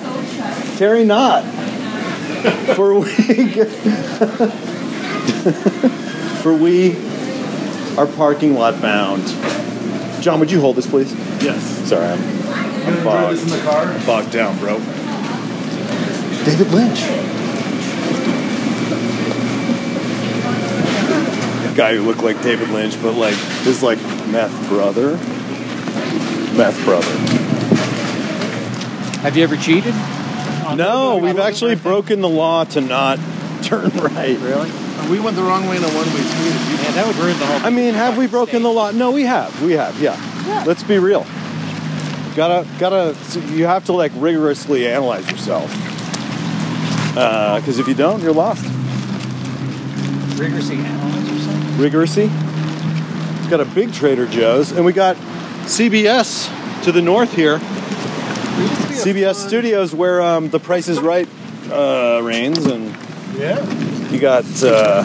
S1: Terry Knott. For we, for we are parking lot bound. John, would you hold this, please?
S10: Yes.
S1: Sorry, I'm
S10: You gonna drive this in the car?
S1: bogged down, bro. David Lynch. Guy who looked like David Lynch, but like his like meth brother. Meth brother.
S7: Have you ever cheated?
S1: No, we've actually broken the law to not turn right.
S7: Really?
S10: We went the wrong way in a one-way street.
S7: Yeah, that would ruin the whole.
S1: I mean, have we broken the law? No, we have. We have. Yeah. Let's be real. Gotta, gotta. so You have to like rigorously analyze yourself. Because if you don't, you're lost.
S7: rigorously analyze yourself.
S1: Rigorously. It's got a big Trader Joe's, and we got CBS to the north here. CBS Studios, where um, the Price is Right uh, reigns, and
S10: Yeah.
S1: you got uh,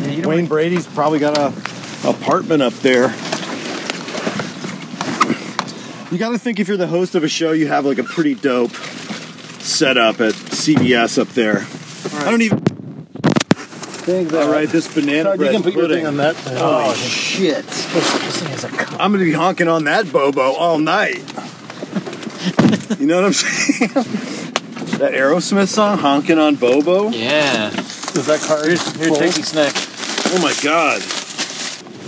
S7: Yeah, you don't
S1: Wayne Brady's probably got a apartment up there. You got to think if you're the host of a show, you have like a pretty dope setup at CBS up there. I don't even.
S10: Thanks.
S1: All right, this banana
S10: Todd, you
S1: bread
S10: can put your
S1: pudding.
S10: thing on that.
S1: Oh shit! I'm gonna be honking on that bobo all night. you know what I'm saying? that Aerosmith song, honking on bobo.
S7: Yeah.
S10: Is that car?
S7: Here, take these snacks.
S1: Oh my god!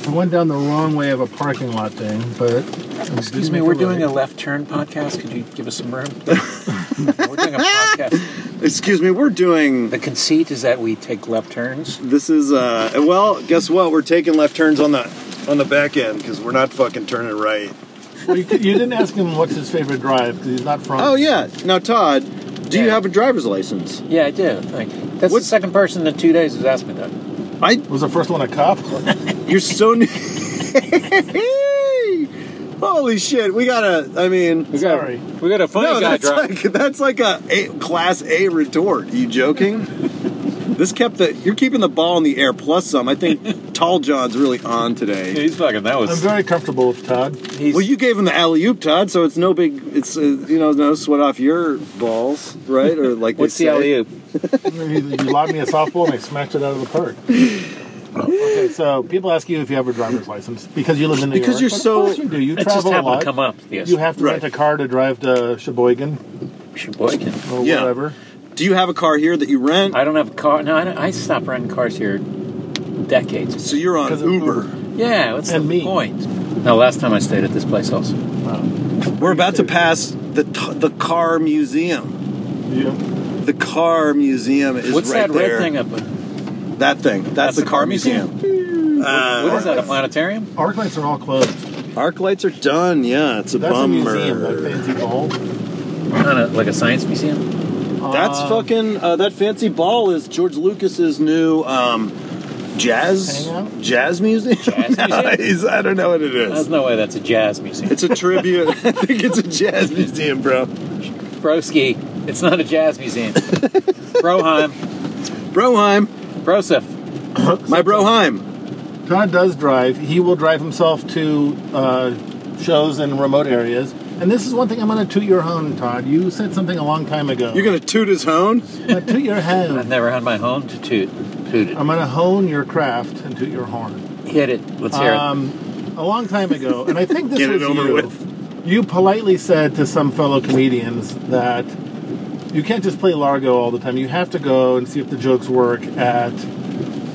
S3: I went down the wrong way of a parking lot thing, but
S5: Excuse me, we're doing a left turn podcast. Could you give us some room? we're doing a podcast.
S1: Excuse me, we're doing.
S5: The conceit is that we take left turns.
S1: This is uh. Well, guess what? We're taking left turns on the on the back end because we're not fucking turning right.
S3: Well, you, you didn't ask him what's his favorite drive because he's not from.
S1: Oh yeah. Now Todd, do you
S5: Yeah.
S1: have a driver's license?
S5: Yeah, I do. Thank you. That's
S1: What-
S5: the second person in two days who's asked me that.
S1: I.
S3: Was the first one a cop?
S1: You're so. new- Holy shit! We gotta. I mean.
S5: We got,
S3: Sorry.
S5: We got a funny
S1: no,
S5: guy
S1: that's
S5: driving.
S1: like that's like a, a class A retort. Are you joking? this kept the you're keeping the ball in the air plus some. I think Tall John's really on today.
S5: He's fucking. That
S3: I'm
S5: was.
S3: very comfortable with Todd.
S5: He's,
S1: Well, you gave him the alley oop, Todd, so it's no big. It's uh, you know no sweat off your balls, right? Or like they
S5: what's the
S1: say.
S5: alley oop?
S3: He, he lobbed me a softball and I smashed it out of the park. Okay, so people ask you if you have a driver's license because you live in New
S1: Because you're
S3: York. but of
S1: so-
S3: course you do. You
S5: It just
S3: travel a
S5: happened
S3: lot.
S5: to come up. Yes.
S3: You have to
S1: Right.
S3: rent a car to drive to Sheboygan
S5: Sheboygan.
S3: or
S1: Yeah.
S3: whatever.
S1: Do you have a car here that you rent?
S5: I don't have a car. No, I, don't, I stopped renting cars here decades.
S1: so you're on
S3: 'Cause of
S1: Uber.
S5: Yeah, what's
S3: And
S5: the
S3: me.
S5: point? No, last time I stayed at this place also.
S1: We're about to pass the t- the car museum.
S3: Yeah.
S1: The car museum is
S5: what's
S1: right
S5: that
S1: there.
S5: red thing up?
S1: That thing. That's, the, car museum. Uh,
S5: what is that? A planetarium?
S3: Arc lights are all closed.
S1: Arc lights are done. Yeah, it's a
S3: That's
S1: bummer.
S3: a museum, that fancy ball.
S5: Not a, like a science museum?
S1: That's
S3: Um,
S1: fucking uh, that fancy ball is George Lucas's new um, jazz
S3: Hangout?
S1: jazz music.
S5: Jazz museum?
S1: He's- I don't know what it
S5: There's
S1: is.
S5: no way that's a jazz museum.
S1: It's a tribute. I think it's a jazz museum, bro.
S5: Broski. It's not a jazz museum. Broheim.
S1: Broheim,
S5: Brosef.
S1: my Broheim.
S3: Todd does drive. He will drive himself to uh, shows in remote areas. And this is one thing I'm going to toot your horn, Todd. You said something a long time ago.
S1: You're gonna toot his hone.
S3: gonna toot your
S5: I've
S3: horn.
S5: never had my home to toot. Tooted.
S3: I'm going to hone your craft and toot your horn.
S5: Hit it. Let's hear it.
S3: Um, a long time ago, and I think this
S1: Get it
S3: was
S1: over
S3: you.
S1: with.
S3: You politely said to some fellow comedians that you can't just play Largo all the time. You have to go and see if the jokes work at,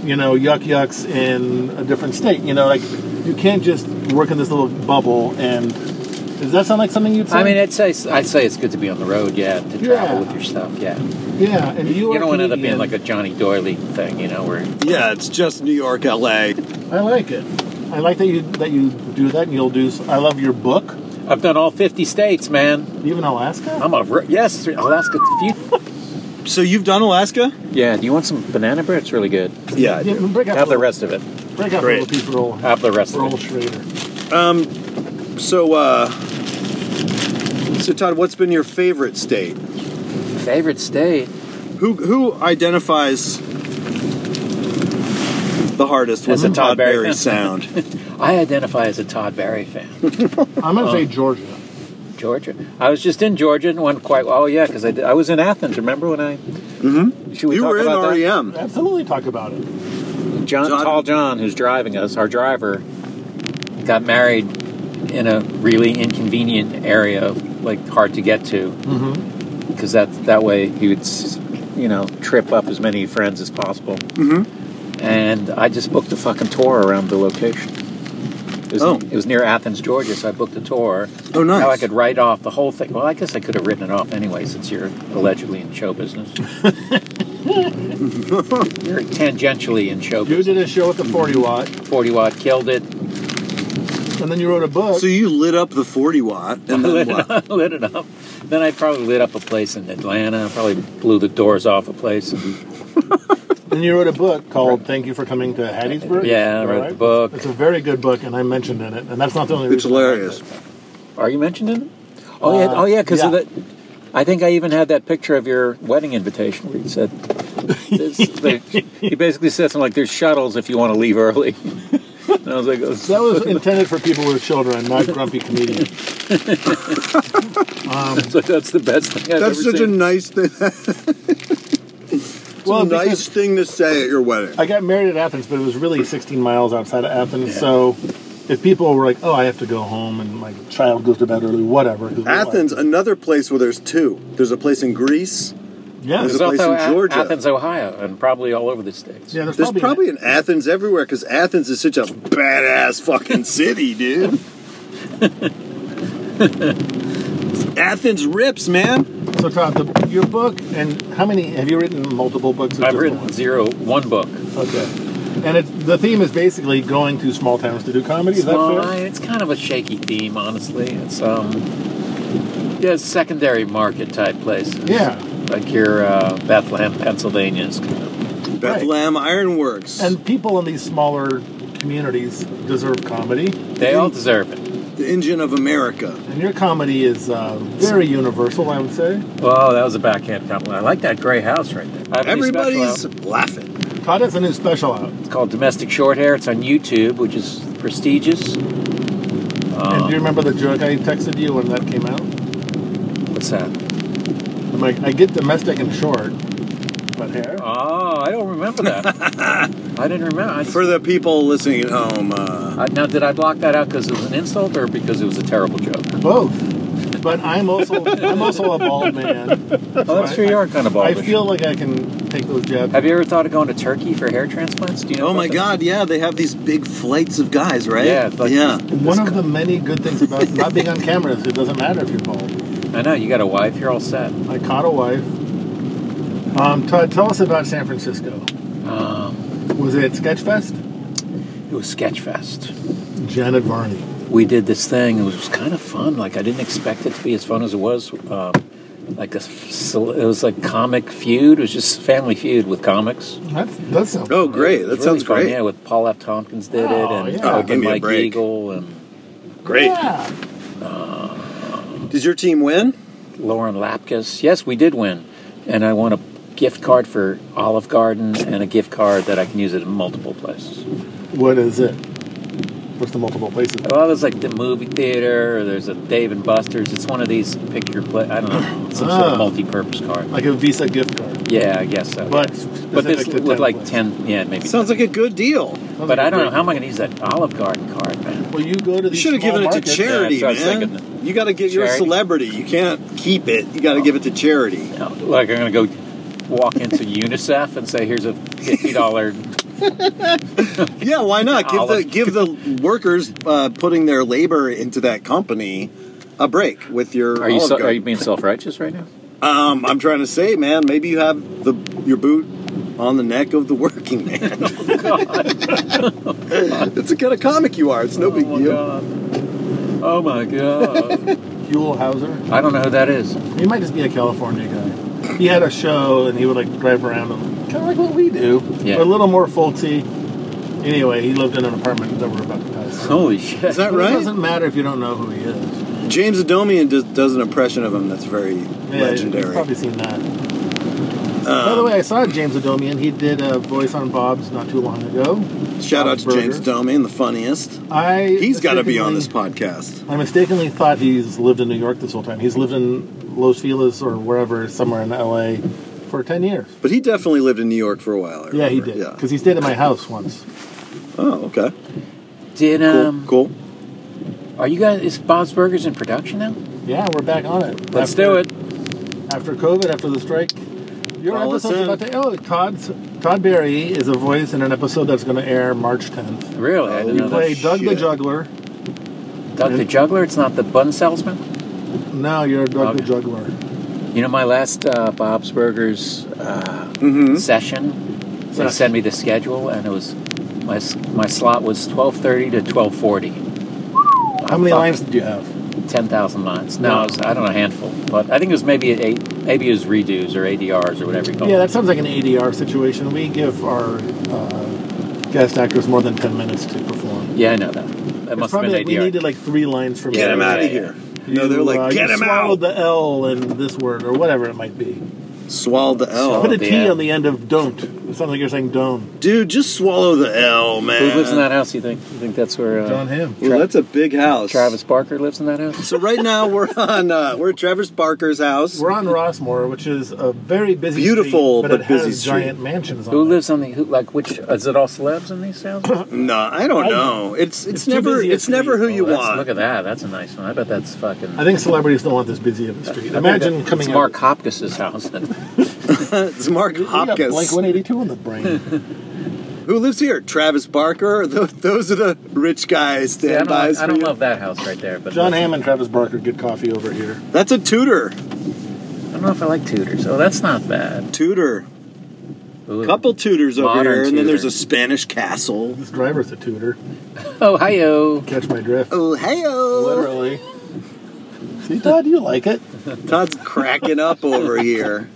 S3: you know, yuck yucks in a different state. You know, like you can't just work in this little bubble. And does that sound like something you'd say?
S5: I mean, I'd say I'd say it's good to be on the road, yeah, to travel
S3: Yeah.
S5: with your stuff, yeah.
S3: yeah. And you,
S5: You
S3: are a
S5: don't want to end up being
S3: comedian.
S5: like a Johnny Doily thing, you know, where
S1: Yeah, it's just New York, L.A.
S3: I like it. I like that you that you do that, and you'll do. s- I love your book,
S5: I've done all 50 states, man.
S3: even Alaska.
S5: I'm a ro- yes, oh, Alaska. If you,
S1: So you've done Alaska?
S5: yeah, do you want some banana bread? It's really good.
S1: Yeah. I
S3: Yeah,
S1: do.
S3: break up
S5: Have the Uh,
S3: a little-
S5: rest of it.
S3: Break up a
S1: Great.
S3: little piece of roll.
S5: Have the rest of
S3: roll
S5: it.
S3: Schrader.
S1: So, uh, so Todd, what's been your favorite state?
S5: Favorite state?
S1: Who who identifies the hardest with
S5: As
S1: the
S5: a Todd
S1: Todd
S5: Barry
S1: Berry
S5: fan.
S1: sound?
S5: I identify as a Todd Barry fan.
S3: I'm gonna say Georgia.
S5: Georgia. I was just in Georgia and went quite. Oh yeah, because I, did- I was in Athens. Remember when I? Should we
S1: Mm-hmm. you
S5: talk
S1: were in E
S5: about that?
S1: REM.
S3: Absolutely, talk about it.
S5: John,
S1: John-
S5: Tall John, who's driving us, our driver, got married in a really inconvenient area, like hard to get to,
S1: Mm-hmm.
S5: because that that way he would, s- you know, trip up as many friends as possible.
S1: Mm-hmm.
S5: And I just booked a fucking tour around the location. It was,
S1: Oh.
S5: it was near Athens, Georgia, so I booked a tour.
S1: Oh, nice.
S5: How I could write off the whole thing. Well, I guess I could have written it off anyway, since you're allegedly in show business. you're tangentially in show
S3: You
S5: business.
S3: did a show with the 40 watt,
S5: 40 watt killed it
S3: and then you wrote a book.
S1: So you lit up the 40 watt, and then what?
S5: lit it up then i probably lit up a place in atlanta I probably blew the doors off a place
S3: then you wrote a book called "Thank You for Coming to Hattiesburg."
S5: Yeah, I wrote
S3: Right?
S5: the book.
S3: It's a very good book, and I mentioned in it, and that's not the only.
S1: It's
S3: reason I read
S1: hilarious.
S3: it.
S5: are you mentioned in it oh yeah
S3: Uh,
S5: oh yeah because of
S3: yeah.
S5: that i think i even had that picture of your wedding invitation where you said this, they, he basically said something like there's shuttles if you want to leave early and i was like oh,
S3: That was intended for people with children, not grumpy comedians.
S5: that's, that's the best thing I've
S1: That's
S5: ever
S1: such a
S5: seen.
S1: nice thing. well,
S3: Well, because-
S1: nice thing to say at your wedding.
S3: I got married at Athens, but it was really 16 miles outside of Athens. So, if people were like, "Oh, I have to go home," and my child goes to bed early, whatever. 'cause we're like-
S1: Athens, another place where there's two. There's a place in Greece
S3: Yeah.
S1: There's a place
S5: also
S1: in Georgia.
S5: Athens, Ohio, and probably all over the states.
S3: Yeah, there's,
S1: There's
S3: probably,
S1: probably an Athens everywhere because Athens is such a badass fucking city, dude. Athens rips, man.
S3: so Todd, the, your book and how many have you written? Multiple books. or
S5: I've
S3: just
S5: written
S3: one?
S5: zero, one book.
S3: Okay, and it's, the theme is basically going to small towns to do comedy. Is
S5: Well,
S3: that
S5: I- it's kind of a shaky theme, honestly. It's um, yeah, it's secondary market type places.
S3: fair? Yeah,
S5: like your uh, Bethlehem, Pennsylvania is kind of
S1: Bethlehem Ironworks.
S3: and people in these smaller communities deserve comedy,
S5: They all deserve it.
S1: the engine of America.
S3: and your comedy is uh, very universal. I would say.
S5: Well, that was a backhand compliment. I like that gray house right there. I have a new special
S1: Everybody's
S5: out.
S1: laughing.
S3: Todd has a new special out,
S5: It's called Domestic Short Hair. It's on YouTube, which is prestigious. Ah.
S3: and do you remember the joke I texted you when that came out?
S5: What's that?
S3: I'm like, I get domestic and short, but hair.
S5: Oh, I don't remember that. I didn't remember. I,
S1: For the people listening at home, uh,
S5: I, now, did I block that out because it was an insult or because it was a terrible joke?
S3: Both. But I'm also I'm also a bald man.
S5: Oh, that's true. You are kind of
S3: I
S5: baldish.
S3: feel like I can take those jabs.
S5: Have you ever thought of going to Turkey for hair transplants? Do you
S1: oh
S5: know? about
S1: my
S5: that?
S1: god, yeah, they have these big flights of guys, right?
S5: Yeah, it's like-
S1: yeah.
S3: One of the many good things about not being on camera is it doesn't matter if you're bald.
S5: I know you got a wife. You're all set.
S3: I caught a wife. Um, Todd, tell us about San Francisco.
S5: Um,
S3: Was it Sketchfest?
S5: it was Sketchfest.
S3: Janet Varney.
S5: We did this thing. It was kind of fun. Like I didn't expect it to be as fun as it was. Um, like a, it was like comic feud. It was just family feud with comics.
S3: That's that sounds.
S1: Oh, great.
S5: It
S1: That
S5: was really
S1: sounds
S5: fun,
S1: great.
S5: Yeah, with Paul F. Tompkins did it,
S3: Oh,
S5: and
S3: yeah. Oh,
S5: fucking
S1: give me a
S5: Mike
S1: break.
S5: Eagle and
S1: Great.
S3: Yeah.
S1: Did your team win?
S5: Lauren Lapkus. Yes, we did win, and I won a gift card for Olive Garden and a gift card that I can use it in multiple places.
S3: What is it? What's the multiple places?
S5: Well, there's like the movie theater, or there's a Dave and Buster's. It's one of these pick your play. I don't know, some sort
S3: Ah.
S5: of multi-purpose card.
S3: Like a Visa gift card,
S5: Yeah, I guess so.
S3: but
S5: but
S3: specific
S5: this
S3: to
S5: with like
S3: places.
S5: ten, yeah, maybe.
S1: Sounds like a good deal.
S3: Sounds like
S5: but
S3: a
S5: I don't
S3: great-
S5: know how am I going to use that Olive Garden card, man.
S3: Well, you go to
S1: You
S3: these
S1: should have
S3: small
S1: given it to
S3: markets.
S1: charity,
S5: Yeah, that's what I was
S1: man. You got to give your
S5: Charity?
S1: celebrity. You can't keep it. You got to give it to charity.
S5: No, like I'm going to go walk into UNICEF and say, "Here's a fifty dollar."
S1: Yeah, why not? Give the
S5: Olive.
S1: give the workers uh, putting their labor into that company a break with your.
S5: Are you
S1: Olive
S5: so, are
S1: Garden.
S5: you being self righteous right now?
S1: Um, I'm trying to say, man, maybe you have the your boot on the neck of the working man.
S3: Oh,
S1: That's the kind of comic you are. It's
S3: Oh,
S1: no big deal.
S5: Oh my god!
S3: Huel Hauser.
S5: I don't know who that is.
S3: He might just be a California guy. He had a show and he would like drive around and kind of like what we do,
S5: Yeah.
S3: but a little more faulty. Anyway, he lived in an apartment that we're about to pass.
S5: Holy shit!
S1: Is that
S3: But It
S1: right?
S3: doesn't matter if you don't know who he is.
S1: James Adomian does, does an impression of him that's very
S3: You've
S1: legendary. Um,
S3: probably seen that. By the way, I saw James Adomian. He did a voice on Bob's not too long ago.
S1: Shout out to
S3: Burger.
S1: James Adomian, the funniest.
S3: I
S1: He's got to be on
S3: mistakenly-
S1: this podcast.
S3: I mistakenly thought he's lived in New York this whole time. He's lived in Los Feliz or wherever, somewhere in LA, for ten years.
S1: But he definitely lived in New York for a while. I
S3: Yeah, he
S1: remember.
S3: did.
S1: Yeah.
S3: Because he stayed at my house once.
S1: Oh, okay.
S5: Did
S1: Cool.
S5: um?
S1: cool.
S5: Are you guys? Is Bob's Burgers in production now?
S3: Yeah, we're back on it.
S5: Let's
S3: After-
S5: do it.
S3: After COVID, after the strike, your
S1: Call us
S3: episode's
S1: in.
S3: about to. Oh, Todd's Todd Berry is a voice in an episode that's going to air March 10th.
S5: Really? I didn't
S1: You
S5: know
S3: We play
S5: that.
S3: Doug the
S1: shit.
S3: Juggler.
S5: Doug the Juggler. It's not the bun salesman.
S3: No, you're Doug the
S5: Okay.
S3: Juggler.
S5: You know, my last uh, Bob's Burgers uh,
S1: Mm-hmm.
S5: session, they
S3: Session.
S5: sent me the schedule, and it was my s- my slot was twelve thirty to twelve forty.
S3: How many lines did you have?
S5: Ten thousand lines. No, it was, I don't know, a handful, but I think it was maybe an eight, maybe it was redos or ADRs or whatever you call
S3: Yeah,
S5: it.
S3: that sounds like an ADR situation. We give our uh, guest actors more than 10 minutes to perform.
S5: Yeah, I know that. That
S3: It's
S5: must have
S3: probably
S5: been
S3: like we
S5: ADR.
S3: needed like three lines from
S1: Get
S3: you.
S1: him
S5: Yeah,
S1: out of
S5: yeah,
S1: here. No, they're
S3: You,
S1: like,
S3: uh,
S1: get
S3: you
S1: him out.
S3: swallowed the L in this word or whatever it might be.
S1: Swallowed the L.
S3: Put a
S5: the
S3: T
S5: L.
S3: on the end of don't. It sounds like you're saying don't.
S1: Dude, just swallow the L, man.
S5: Who lives in that house? You think? You think that's where uh,
S3: Uh, John Hamm.
S1: Well, that's a big house.
S5: Travis Barker lives in that house?
S1: So right now we're on uh, we're at Travis Barker's house.
S3: We're on Rossmore, which is a very busy,
S1: Beautiful,
S3: street, but,
S1: but
S3: it
S1: busy
S3: has
S1: street.
S3: giant mansions. on
S5: Who
S3: it.
S5: lives on the who, like which? Is it all celebs in these houses?
S1: No, I don't
S3: I-
S1: know. It's it's,
S3: too
S1: never
S3: busy a
S1: it's never who
S3: street.
S1: you
S5: Well, Oh, that's-
S1: want.
S5: Look at that. That's a nice one. I bet that's fucking.
S3: I think celebrities don't want this busy of a street. Imagine coming
S5: it's
S3: out.
S5: Mark Hopkins' house.
S1: it's Mark
S3: got Blink
S1: Hopkins.
S3: 182 on the brain.
S1: Who lives here? Travis Barker? Th- Those are the rich guys
S5: See, I don't,
S1: standbys.
S5: like- I
S1: for
S5: don't
S1: you.
S5: love that house right there. But
S3: John
S5: that's-
S3: Hammond, Travis Barker, good coffee over here.
S1: That's a Tudor.
S5: I don't know if I like Tudors. Oh, that's not bad.
S1: Tudor.
S5: Ooh.
S1: Couple Tudors over
S5: Modern
S1: here, and then
S5: Tudor.
S1: there's a Spanish castle.
S3: This driver's a tutor.
S5: Oh, Ohio.
S3: Catch my drift.
S1: Oh, hey
S3: Literally. See, Todd, you like it.
S1: Todd's cracking up over here.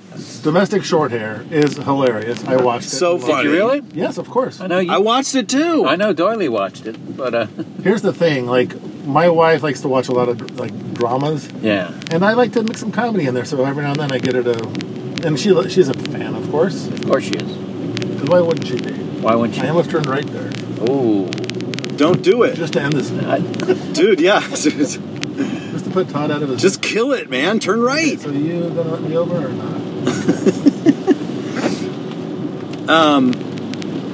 S3: Domestic short hair is hilarious. I watched it.
S1: So
S3: far.
S1: funny.
S5: You really?
S3: Yes, of course.
S5: I know you.
S1: I watched it too.
S5: I know Doily watched it, but uh,
S3: Here's the thing, like my wife likes to watch a lot of like dramas,
S5: yeah.
S3: and I like to mix some comedy in there. So every now and then I get her to, and she she's a fan, of course.
S5: Of course she is.
S3: 'Cause why wouldn't she be?
S5: Why wouldn't
S3: I
S5: you?
S3: almost turned right there
S5: Ooh.
S1: Don't do it,
S3: just to end this,
S5: I,
S1: dude. Yeah,
S3: just to put Todd out of his.
S1: just kill it, man. Turn right.
S3: so you gonna let me over or not?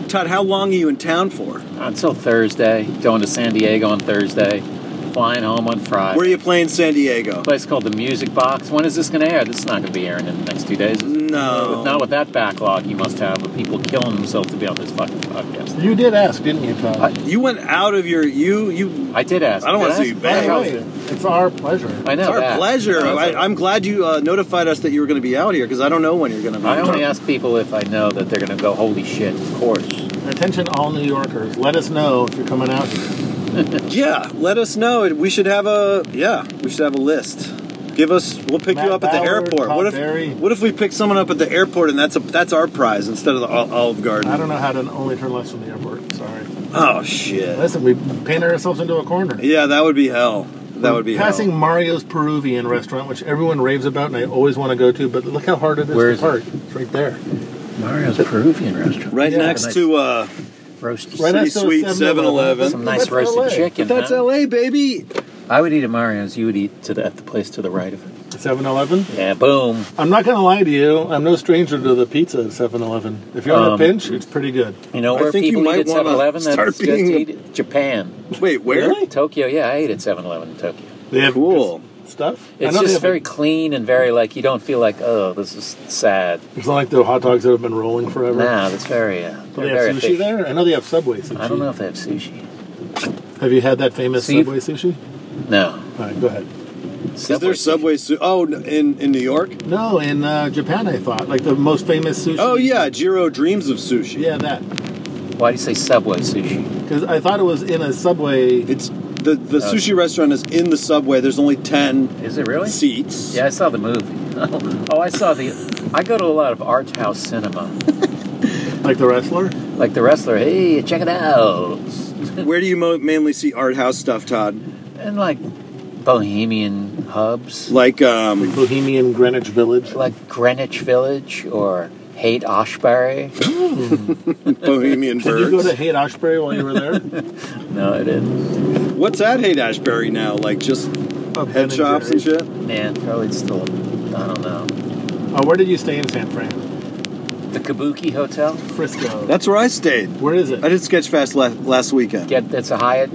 S1: Todd, how long are you in town for?
S5: until Thursday. Going to San Diego on Thursday. Flying home on Friday.
S1: Where are you playing San Diego?
S5: place called the Music Box. When is this going to air? This is not going to be airing in the next two days. is it?
S1: No.
S5: Not with that backlog you must have of people killing themselves to be on this fucking podcast.
S3: You did ask, didn't you, Todd?
S5: I-
S1: You went out of your you you.
S5: I did ask.
S1: I don't
S5: Did
S1: wanna see
S5: ask?
S1: you bang.
S5: I,
S3: By
S5: asked
S3: the way,
S5: you.
S3: it's our pleasure.
S5: I know
S1: It's our
S5: that.
S1: pleasure.
S5: I, know that.
S1: I, I'm glad you uh, notified us that you were going to be out here because I don't know when you're going to be.
S5: I only ask people if I know that they're going to go, holy shit, of course.
S3: Attention, all New Yorkers. Let us know if you're coming out here.
S1: Yeah, let us know. We should have a yeah. We should have a list. Give us. We'll pick
S3: Matt
S1: you up at the
S3: Ballard,
S1: airport.
S3: Tom
S1: What if
S3: Berry.
S1: What if we pick someone up at the airport and that's a that's our prize instead of the Ol- Olive
S3: I
S1: Garden?
S3: don't know how to only turn left from the airport. Sorry.
S1: Oh shit.
S3: Listen, we painted ourselves into a corner.
S1: Yeah, that would be hell. That would be
S3: passing
S1: Hell.
S3: Mario's Peruvian restaurant, which everyone raves about, and I always want to go to. But look how hard it is
S5: Where
S3: to
S5: is it?
S3: park. It's right there,
S5: Mario's Peruvian restaurant.
S1: Right
S3: Yeah,
S1: next
S5: nice.
S1: to uh,
S5: Roast.
S3: right
S1: Pretty
S3: next to the
S1: sweet
S3: 7-Eleven.
S1: 7-Eleven.
S5: Some nice
S3: That's
S5: roasted
S3: LA.
S5: chicken.
S1: that's
S5: huh?
S1: L.A. baby.
S5: I would eat at Mario's. You would eat to the, at the place to the right of it.
S3: 7-Eleven.
S5: Yeah, boom.
S3: I'm not going to lie to you. I'm no stranger to the pizza at 7-Eleven. If you're on
S5: Um,
S3: a pinch, it's pretty good.
S5: You know
S1: I
S5: where
S1: think you
S5: people
S1: might
S5: eat at
S1: wanna
S5: 7-Eleven?
S1: start
S5: That's good
S1: being
S5: to
S1: a-
S5: eat at Japan.
S1: Wait, where?
S5: Tokyo, yeah, I ate at 7-Eleven in Tokyo.
S3: They have
S1: Cool.
S3: good stuff. I
S5: It's
S3: know they
S5: just
S3: have-
S5: very clean and very like you don't feel like oh this is sad.
S3: It's not like the hot dogs that have been rolling forever.
S5: Nah, it's very. Uh,
S3: Do they
S5: very
S3: have sushi
S5: efficient.
S3: there? I know they have Subway sushi.
S5: I don't know if they have sushi.
S3: Have you had that famous
S5: See if-
S3: Subway sushi?
S5: No.
S3: All right, go ahead.
S1: Is there Subway? Su- oh, n- in in New York.
S3: No, in uh, Japan, I thought like the most famous sushi.
S1: Oh yeah, Jiro dreams of sushi.
S3: yeah, that
S5: Why do you say Subway sushi?
S3: because I thought it was in a Subway.
S1: It's the the
S5: Oh.
S1: sushi restaurant is in the subway. There's only ten
S5: Is it really?
S1: seats.
S5: Yeah, I saw the movie. oh, I saw the. I go to a lot of art house cinema.
S3: Like the wrestler?
S5: Like the wrestler, hey, check it out,
S1: Where do you mo- mainly see art house stuff, Todd?
S5: and like bohemian hubs,
S1: Like um,
S3: Bohemian Greenwich Village.
S5: like Greenwich Village or Haight Ashbury.
S1: Bohemian
S3: Did you go to
S1: Birds.
S3: Haight Ashbury while you were there?
S5: No, it didn't.
S1: What's at Haight Ashbury now? Like just
S3: Oh, Ben
S1: head shops and
S3: Jerry's.
S1: shit.
S5: Man, probably it's still. I don't know.
S3: Uh, where did you stay in San Fran?
S5: The Kabuki Hotel.
S3: Frisco.
S1: That's where I stayed.
S3: where is it?
S1: I did Sketchfest last last weekend.
S5: get that's a Hyatt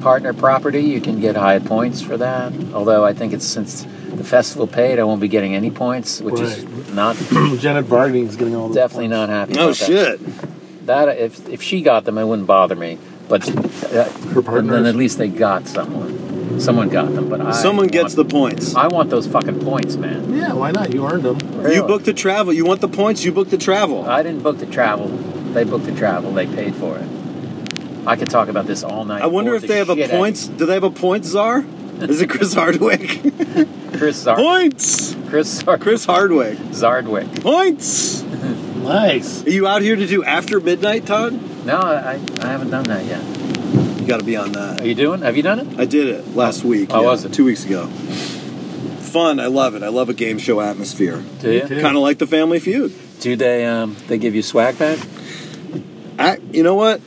S5: partner property. You can get Hyatt points for that. Although I think it's since the festival paid, I won't be getting any points, which is
S3: Right.
S5: not
S3: Janet Bargaining is getting all the
S5: definitely not happy.
S1: Oh
S5: about that.
S1: shit!
S5: That if if she got them, it wouldn't bother me. But uh,
S3: Her
S5: and then at
S3: partner.
S5: least they got someone. Someone got them, but I
S1: Someone gets the
S5: want-
S1: points.
S5: I want those fucking points, man.
S3: Yeah, why not? You earned them.
S1: You
S5: Really.
S1: book the travel. You want the points? You book the travel.
S5: I didn't book the travel. They booked the travel. They paid for it. I could talk about this all night.
S1: I wonder
S5: Bore
S1: if
S5: the
S1: they have a
S5: shit out of
S1: points. Do they have a points czar? Is it Chris Hardwick?
S5: Chris Zard-
S1: points.
S5: Chris Zard-
S1: Chris Hardwick.
S5: Zardwick.
S1: Points.
S3: Nice.
S1: Are you out here to do after midnight, Todd?
S5: No, I, I haven't done that yet.
S1: You got to be on that.
S5: Are you doing? Have you done it?
S1: I did it last week.
S5: How was it?
S1: Two weeks ago. Fun. I love it. I love a game show atmosphere.
S5: Do you?
S3: too.
S1: Kind of like the Family Feud.
S5: Do they? Um, they give you swag bag?
S1: I, you know what?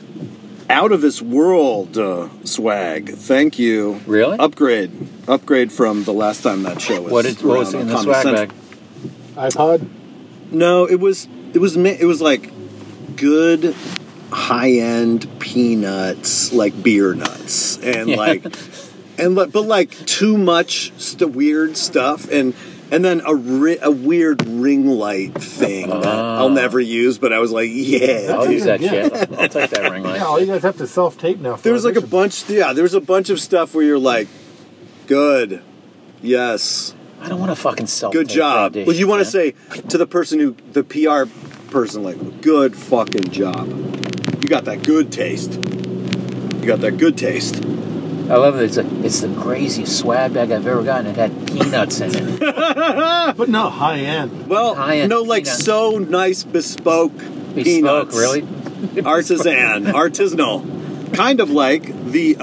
S1: Out of this world uh, swag. Thank you.
S5: Really?
S1: Upgrade. Upgrade from the last time that show was.
S5: What, did, what was
S1: around
S5: in
S1: on
S5: the
S1: Comedy
S5: swag
S1: Central.
S5: bag?
S3: iPod.
S1: No, it was it was ma- it was like good high end peanuts, like beer nuts, and
S5: Yeah.
S1: like and li- but like too much st- weird stuff and. And then a, ri- a weird ring light thing that I'll never use, but I was like, yeah.
S5: I'll
S1: dude.
S5: use Ah. that
S12: Yeah.
S5: shit. I'll take that ring
S12: Yeah,
S5: light.
S12: all you guys have to self tape now. for
S1: There's like a
S12: audition.
S1: bunch, yeah, there's a bunch of stuff where you're like, good, yes,
S5: I don't want to fucking self.
S1: good job. Well, you want to say to the person who, the PR person, like, good fucking job. You got that good taste. You got that good taste.
S5: I love it. It's, a, it's the craziest swag bag I've ever gotten. It had peanuts in it.
S3: But no, high end.
S1: Well,
S5: High-end
S1: no, like
S5: peanuts.
S1: so nice bespoke
S5: We
S1: peanuts.
S5: spoke really.
S1: artisan, artisanal, kind of like the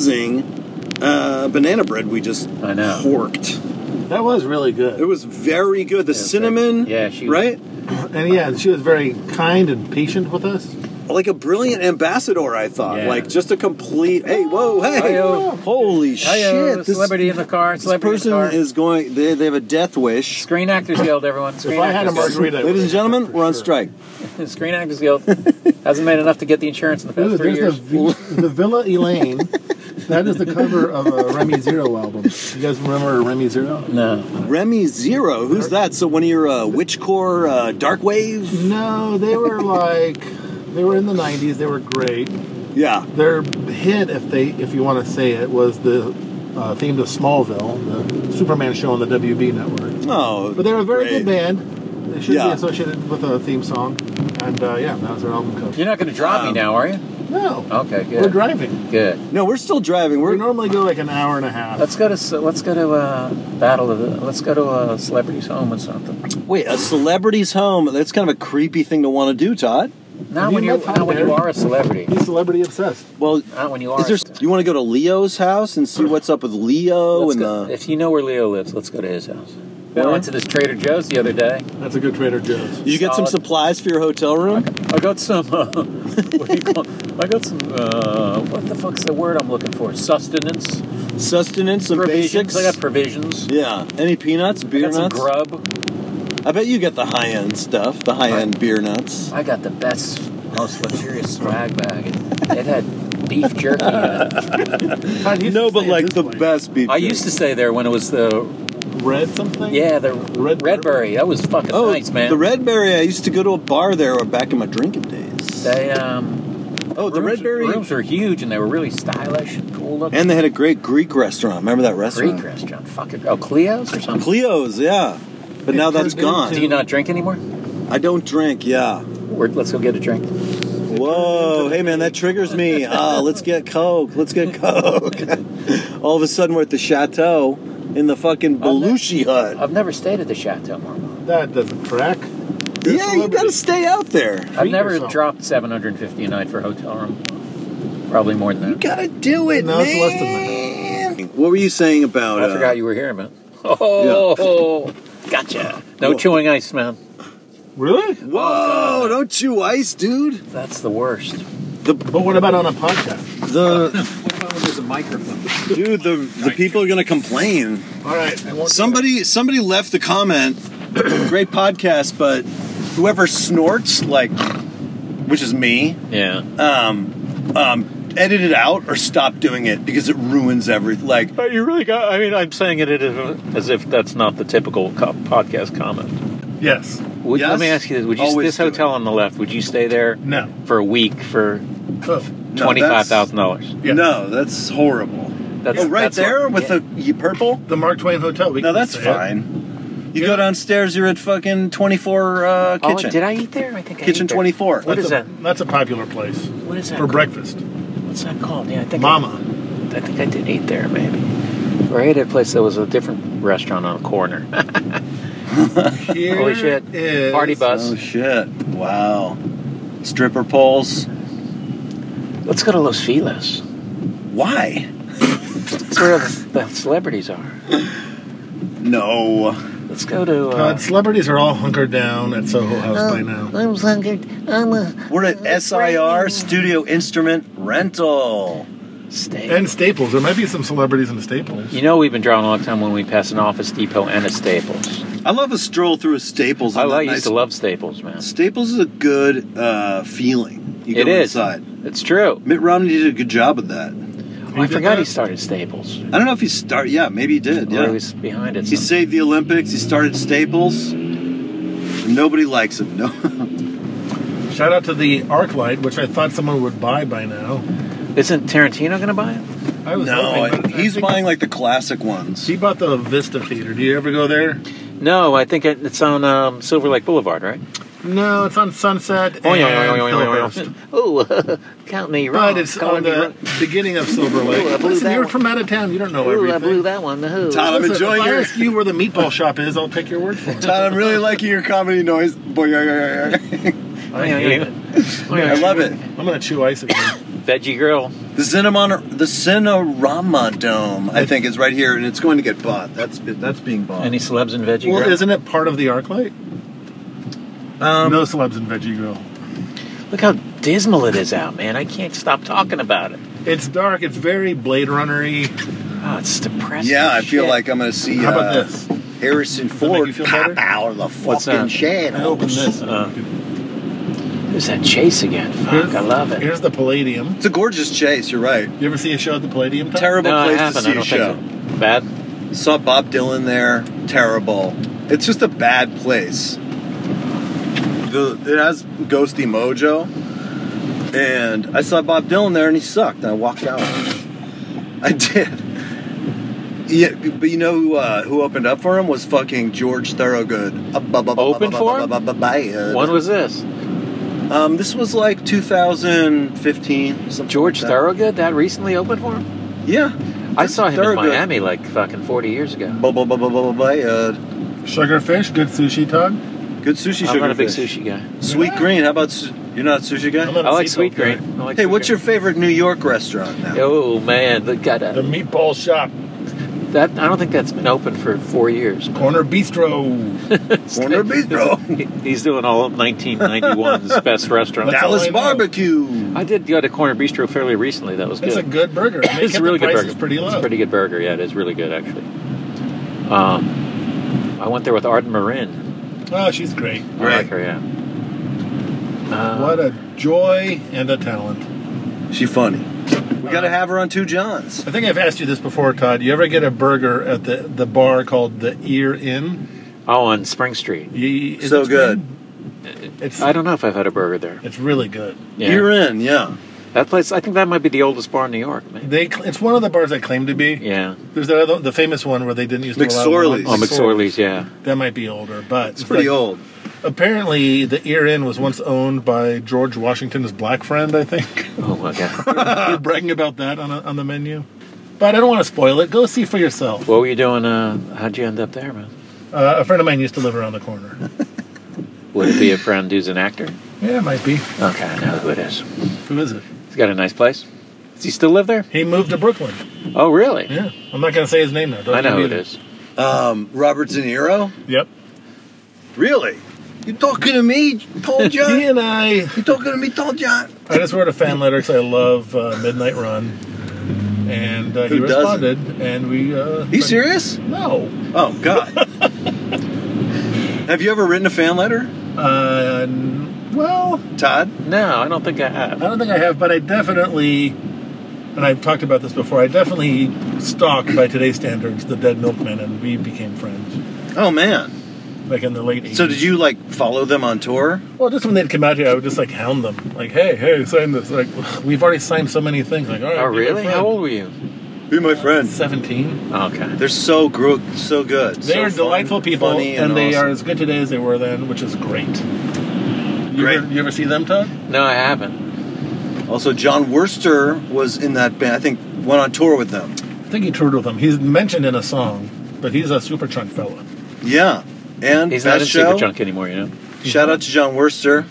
S1: amazing uh, banana bread we just
S5: I know.
S1: horked.
S3: That was really
S1: It
S3: good.
S1: was very good. The
S5: Yeah,
S1: cinnamon,
S5: very- yeah, she-
S1: right,
S3: And yeah, and she was very kind and patient with us.
S1: like a brilliant ambassador. I thought,
S5: Yeah.
S1: like just a complete. Hey, whoa, hey,
S5: Hi-yo.
S1: holy
S5: Hiyo,
S1: shit! This,
S5: celebrity in the car.
S1: this
S5: Celebrity
S1: person
S5: in the car.
S1: is going. They, they have a death wish.
S5: Screen Actors Guild, everyone. Screen
S3: If I had a
S5: Actors Guild.
S3: margarita, I
S1: Ladies and
S3: would've-
S1: gentlemen,
S3: for
S1: we're on
S3: sure.
S1: strike.
S5: Screen Actors Guild hasn't made enough to get the insurance in the
S3: There's,
S5: past three
S3: there's
S5: years.
S3: the, v- the Villa Elaine. That is the cover of a Remy Zero album. You guys remember Remy Zero?
S5: No,
S1: Remy Zero, who's that? So one of your uh, Witchcore uh, Dark Wave?
S3: No, they were like they were in the '90s. They were great.
S1: Yeah,
S3: Their hit, if they, if you want to say it, was the uh, theme to Smallville, the Superman show on the WB network.
S1: no,
S3: But they were a very
S1: Oh, great.
S3: good band. They should
S1: Yeah.
S3: be associated with a theme song. And uh, yeah, that was their album cover.
S5: you're not going to drop me
S1: Um,
S5: now, are you?
S3: No,
S5: Okay, good.
S3: we're driving.
S5: Good.
S1: No, we're still driving.
S3: We
S1: We're
S3: normally go like an hour and a half.
S5: Let's go to ce- let's go to uh, battle of the let's go to uh, celebrity's home or something.
S1: wait a celebrity's home. That's kind of a creepy thing to want to do, Todd.
S5: Not
S3: Have
S5: when
S3: you
S5: you're
S3: met
S5: not when
S3: Tyler?
S5: you are a celebrity.
S3: He's celebrity obsessed.
S1: Well,
S5: Not when you are.
S1: is
S5: a
S1: there?
S5: celebrity.
S1: You want to go to Leo's house and see what's up with Leo
S5: Let's
S1: and uh,
S5: go-
S1: the?
S5: if you know where Leo lives, let's go to his house. I
S1: Where?
S5: went to this Trader Joe's the other day.
S3: That's a good Trader Joe's.
S1: Did you get some
S5: Solid.
S1: supplies for your hotel room?
S5: I got some. Uh, what do you call? I got some. Uh, what the fuck's the word I'm looking for? Sustenance.
S1: Sustenance, some
S5: provisions.
S1: basics.
S5: I got provisions.
S1: yeah. Any peanuts,
S5: I
S1: beer
S5: got some
S1: nuts?
S5: grub.
S1: I bet you get the high end stuff, the high end beer nuts.
S5: I got the best, most luxurious swag bag. It had beef jerky. In it.
S3: God, he's
S1: No, but
S3: insane at
S1: like
S3: this
S1: the
S3: point.
S1: best beef.
S5: I used to stay there when it was the
S3: red something.
S5: yeah the
S3: Red-
S5: Redberry. That was fucking
S1: Oh,
S5: nice, man.
S1: the Red Berry. I used to go to a bar there back in my drinking days.
S5: They um.
S1: oh, the
S5: rooms,
S1: Red Berry.
S5: rooms were huge and they were really stylish and cool looking.
S1: And they had a great Greek restaurant. Remember that restaurant?
S5: Greek restaurant. Fuck it. Oh, Cleo's or something.
S1: Cleo's, yeah. But now that's
S3: turned
S1: gone.
S5: Do you not drink anymore?
S1: I don't drink, yeah.
S5: Or let's go get a drink.
S1: Whoa, hey man, that triggers me. Ah, let's get Coke. Let's get Coke. All of a sudden we're at the chateau in the fucking Belushi hut.
S5: I've never stayed at the Chateau Marmont.
S3: That doesn't track. You're a
S1: Yeah, you gotta
S3: celebrity.
S1: stay out there.
S5: I've never
S3: yourself.
S5: dropped 750 a night for a hotel room. Probably more than
S1: You
S5: that.
S1: gotta do it,
S3: No,
S1: man.
S3: it's less than
S1: What were you saying about uh,
S5: I forgot you were here, man. Oh, gotcha. No chewing ice, man.
S3: Really?
S1: Whoa, don't chew ice, dude.
S5: That's the worst.
S3: But what about on a podcast?
S1: The
S5: What about when there's a microphone?
S1: dude, the the people are gonna complain.
S3: All right. I won't
S1: Somebody somebody left the comment. Great podcast, but whoever snorts like, which is me,
S5: Yeah.
S13: Uh,
S1: um, um, edit it out or stop doing it because it ruins everything. Like,
S13: But you really got. I mean, I'm saying it as if that's not the typical co- podcast comment.
S3: Yes.
S13: Would,
S1: Yes.
S13: Let me ask you this: Would you
S1: Always
S13: this
S1: do
S13: hotel
S1: it.
S13: on the left? Would you stay there
S3: No.
S13: for a week for
S3: Oh,
S1: No,
S13: twenty five
S1: that's-
S13: thousand dollars?
S3: yes.
S1: no, that's horrible.
S13: That's
S1: oh, right
S13: that's
S1: there
S13: what-
S1: with
S13: yeah.
S1: the you purple.
S3: The Mark Twain Hotel. We
S1: No,
S3: can
S1: that's
S3: say it.
S1: fine. You go downstairs, you're at fucking 24 uh,
S13: Oh,
S1: kitchen.
S13: did I eat there? I think I
S1: kitchen
S13: ate there.
S1: 24.
S13: What
S3: That's
S13: is
S3: a,
S13: that?
S3: That's a popular place
S13: What is that?
S3: for
S13: called?
S3: breakfast.
S13: What's that called? Yeah, I think
S3: Mama.
S13: I, I think I did eat there maybe.
S5: Or I ate at a place that was a different restaurant on a corner.
S3: Here
S5: Holy shit.
S3: is-
S5: Party bus.
S1: Oh shit! Wow. Stripper poles.
S5: Let's go to Los Feliz.
S1: Why?
S5: That's where the, the celebrities are.
S1: No.
S5: Let's go to.
S3: God,
S5: Uh,
S3: celebrities are all hunkered down at Soho House
S13: Oh,
S5: Oh.
S3: by now.
S5: I'm hungered. I'm a
S1: We're at SIR Studio Instrument Rental.
S5: steak.
S3: And Staples. There might be some celebrities in Staples.
S13: You know, we've been drawing a long time when we pass an Office Depot and a Staples.
S1: I love a stroll through a Staples.
S13: I
S1: on that
S13: like,
S1: nice-
S13: used to love Staples, man.
S1: Staples is a good uh, feeling. You go
S13: It is.
S1: inside.
S13: It's true.
S1: Mitt Romney did a good job of that.
S5: Oh, I
S3: did
S5: forgot
S3: that?
S5: he started Staples.
S1: I don't know if he started. Yeah, maybe he did.
S5: Or he
S1: Yeah,
S5: was behind it.
S1: he
S5: some-
S1: saved the Olympics. He started Staples. Nobody likes him. No,
S3: Shout out to the ArcLight, which I thought someone would buy by now.
S5: Isn't Tarantino going to buy it?
S3: I was
S1: no,
S3: hoping,
S1: I-
S3: but I
S1: he's
S3: think-
S1: buying like the classic ones.
S3: He bought the Vista Theater. Do you ever go there?
S5: No, I think it, it's on um, Silver Lake Boulevard, right?
S3: No, it's on Sunset.
S5: Oh,
S3: and
S5: yeah, yeah, yeah, yeah,
S3: Hillhurst.
S5: yeah. Oh, count me wrong.
S3: But it's
S5: Color
S3: on
S5: me
S3: the
S5: wrong.
S3: beginning of Silver Lake.
S5: Ooh, I blew
S3: Listen,
S5: that
S3: you're
S5: one.
S3: from out of town. You don't know
S5: Ooh, I
S3: everything.
S5: blew that one. The who?
S1: Tyler, I'm
S3: Listen,
S1: enjoying
S3: if I
S1: your-
S3: ask you where the meatball shop is, I'll take your word for it.
S1: Todd, I'm really liking your comedy noise. Boy,
S5: I hate it.
S1: I love it.
S3: I'm gonna chew ice again.
S5: Veggie Grill.
S1: The Cinnamon, the Cinerama Dome, I think, is right here, and it's going to get bought. That's that's being bought.
S5: Any celebs in Veggie
S3: well,
S5: Grill?
S3: isn't it part of the ArcLight? Um, no celebs in Veggie Grill.
S5: Look how dismal it is out, man. I can't stop talking about it.
S3: It's dark. It's very Blade Runner-y.
S5: Oh, it's depressing.
S1: yeah, I
S5: as
S1: feel
S5: shit.
S1: like I'm going to see.
S3: How about
S1: uh,
S3: this?
S1: Harrison
S3: that make
S1: Ford
S3: you feel better?
S1: pop out of the
S5: What's
S1: fucking
S5: that?
S3: I
S1: shadow.
S3: opened this.
S5: There's that chase again. Fuck,
S3: Here's-
S5: Uh, I love it.
S3: Here's the Palladium.
S1: It's a gorgeous chase. You're right.
S3: You ever see a show at the Palladium? Tom?
S1: Terrible
S5: No, I
S1: place to
S5: haven't. I
S1: see a
S5: don't
S1: show.
S5: think so. Bad.
S1: Saw Bob Dylan there. Terrible. It's just a bad place. The it has ghosty mojo, and I saw Bob Dylan there, and he sucked. And I walked out. I did. Yeah, but you know who, uh, who opened up for him was fucking George Thorogood.
S5: Opened for him?
S1: him?
S5: When was this?
S1: Um, this was like 2015. Something like
S5: George
S1: that.
S5: Thorogood that recently opened for him?
S1: Yeah.
S5: I saw him
S1: Thorogood.
S5: in Miami like fucking 40 years ago.
S1: Blah, blah, blah, blah, blah, blah, uh,
S3: Sugarfish, good sushi, Todd.
S1: good sushi.
S5: I'm not a big
S1: sugarfish.
S5: sushi guy.
S1: Sweet green. How about su- you're not a sushi
S3: I'm
S1: guy?
S3: not a
S5: I like
S3: seatbelt
S5: sweet
S3: guy.
S5: green. I like
S1: Hey,
S5: sweet
S1: what's your
S5: green.
S1: favorite New York restaurant now?
S5: Oh man, that got
S3: The
S5: a,
S3: meatball shop,
S5: that. I don't think that's been open for four years.
S3: corner bistro.
S1: Corner Bistro,
S5: He's doing all of 1991's best restaurants.
S3: That's all I
S1: Dallas
S3: know.
S1: Barbecue.
S5: I did go to Corner Bistro fairly recently. That was good.
S3: It's a good burger. They
S5: it's
S3: kept
S5: a really
S3: the
S5: good
S3: prices
S5: burger.
S3: Pretty low.
S5: It's a pretty good burger. Yeah, it is really good actually. Um, I went there with Arden Marin.
S3: oh, she's great.
S5: I
S1: Right.
S5: like her. Yeah. Uh,
S3: What a joy and a talent.
S1: She funny. We gotta have her on Two Johns.
S3: I think I've asked you this before, Todd. You ever get a burger at the, the bar called the Ear Inn?
S5: Oh, on Spring Street.
S3: You- is
S1: So
S3: it-
S1: good.
S3: It's
S5: I don't know if I've had a burger there.
S3: it's really good.
S5: Yeah.
S1: You're in, yeah.
S5: That place. I think that might be the oldest bar in New York. Man.
S3: They cl- it's one of the bars I claim to be.
S5: Yeah.
S3: There's that other, the famous one where they didn't use
S1: McSorley's.
S5: Oh, McSorley's. Yeah.
S3: That might be older, but
S1: It's pretty
S3: like-
S1: old.
S3: Apparently, the Ear Inn was once owned by George Washington's black friend. I think.
S5: Oh my God.
S3: You're bragging about that on, a, on the menu. But I don't want to spoil it. Go see for yourself.
S5: what were you doing? Uh, how'd you end up there, man?
S3: Uh, a friend of mine used to live around the corner.
S5: Would it be a friend who's an actor?
S3: Yeah, it might be.
S5: Okay, I know who it is.
S3: Who is it?
S5: He's got a nice place. Does he still live there?
S3: He moved to Brooklyn.
S5: Oh, really?
S3: Yeah. I'm not going to say his name now. Don't
S5: I know
S3: you
S5: who it
S3: either.
S5: is.
S1: Um, Robert De Niro.
S3: Yep.
S1: Really? You talking to me, Paul
S3: He
S1: John?
S3: and I,
S1: You talking to me, Paul John?
S3: I just wrote a fan letter because I love uh, Midnight Run. And uh, he
S1: Who doesn't?
S3: responded, and we. Uh,
S1: Are you serious?
S3: No.
S1: Oh God. have you ever written a fan letter,
S3: Uh, n- well,
S1: Todd?
S5: No, I don't think I have.
S3: I don't think I have, but I definitely, and I've talked about this before, I definitely stalked by today's standards the Dead Milkmen, and we became friends
S1: Oh man.
S3: like in the late 80s.
S1: So did you like follow them on tour?
S3: Well, just when they'd come out here, I would just like hound them, like, "Hey, hey, sign this!" Like, we've already signed so many things. Like, all right,
S5: Oh, really? How old were you?
S1: Be my friend.
S3: Seventeen.
S5: Okay.
S1: They're so gro- so good.
S3: They
S1: So
S3: are
S1: fun-
S3: delightful people,
S1: funny
S3: and, they
S1: awesome.
S3: are as good today as they were then, which is great. You
S1: Great.
S3: Ever, you ever see them, Todd?
S5: No, I haven't.
S1: Also, John Worcester was in that band. I think went on tour with them.
S3: I think he toured with them. He's mentioned in a song, but he's a super chunk fella.
S1: Yeah, and
S5: He's not
S1: best
S5: in
S1: show.
S5: Superjunk anymore, you know.
S1: Shout out to John Worcester.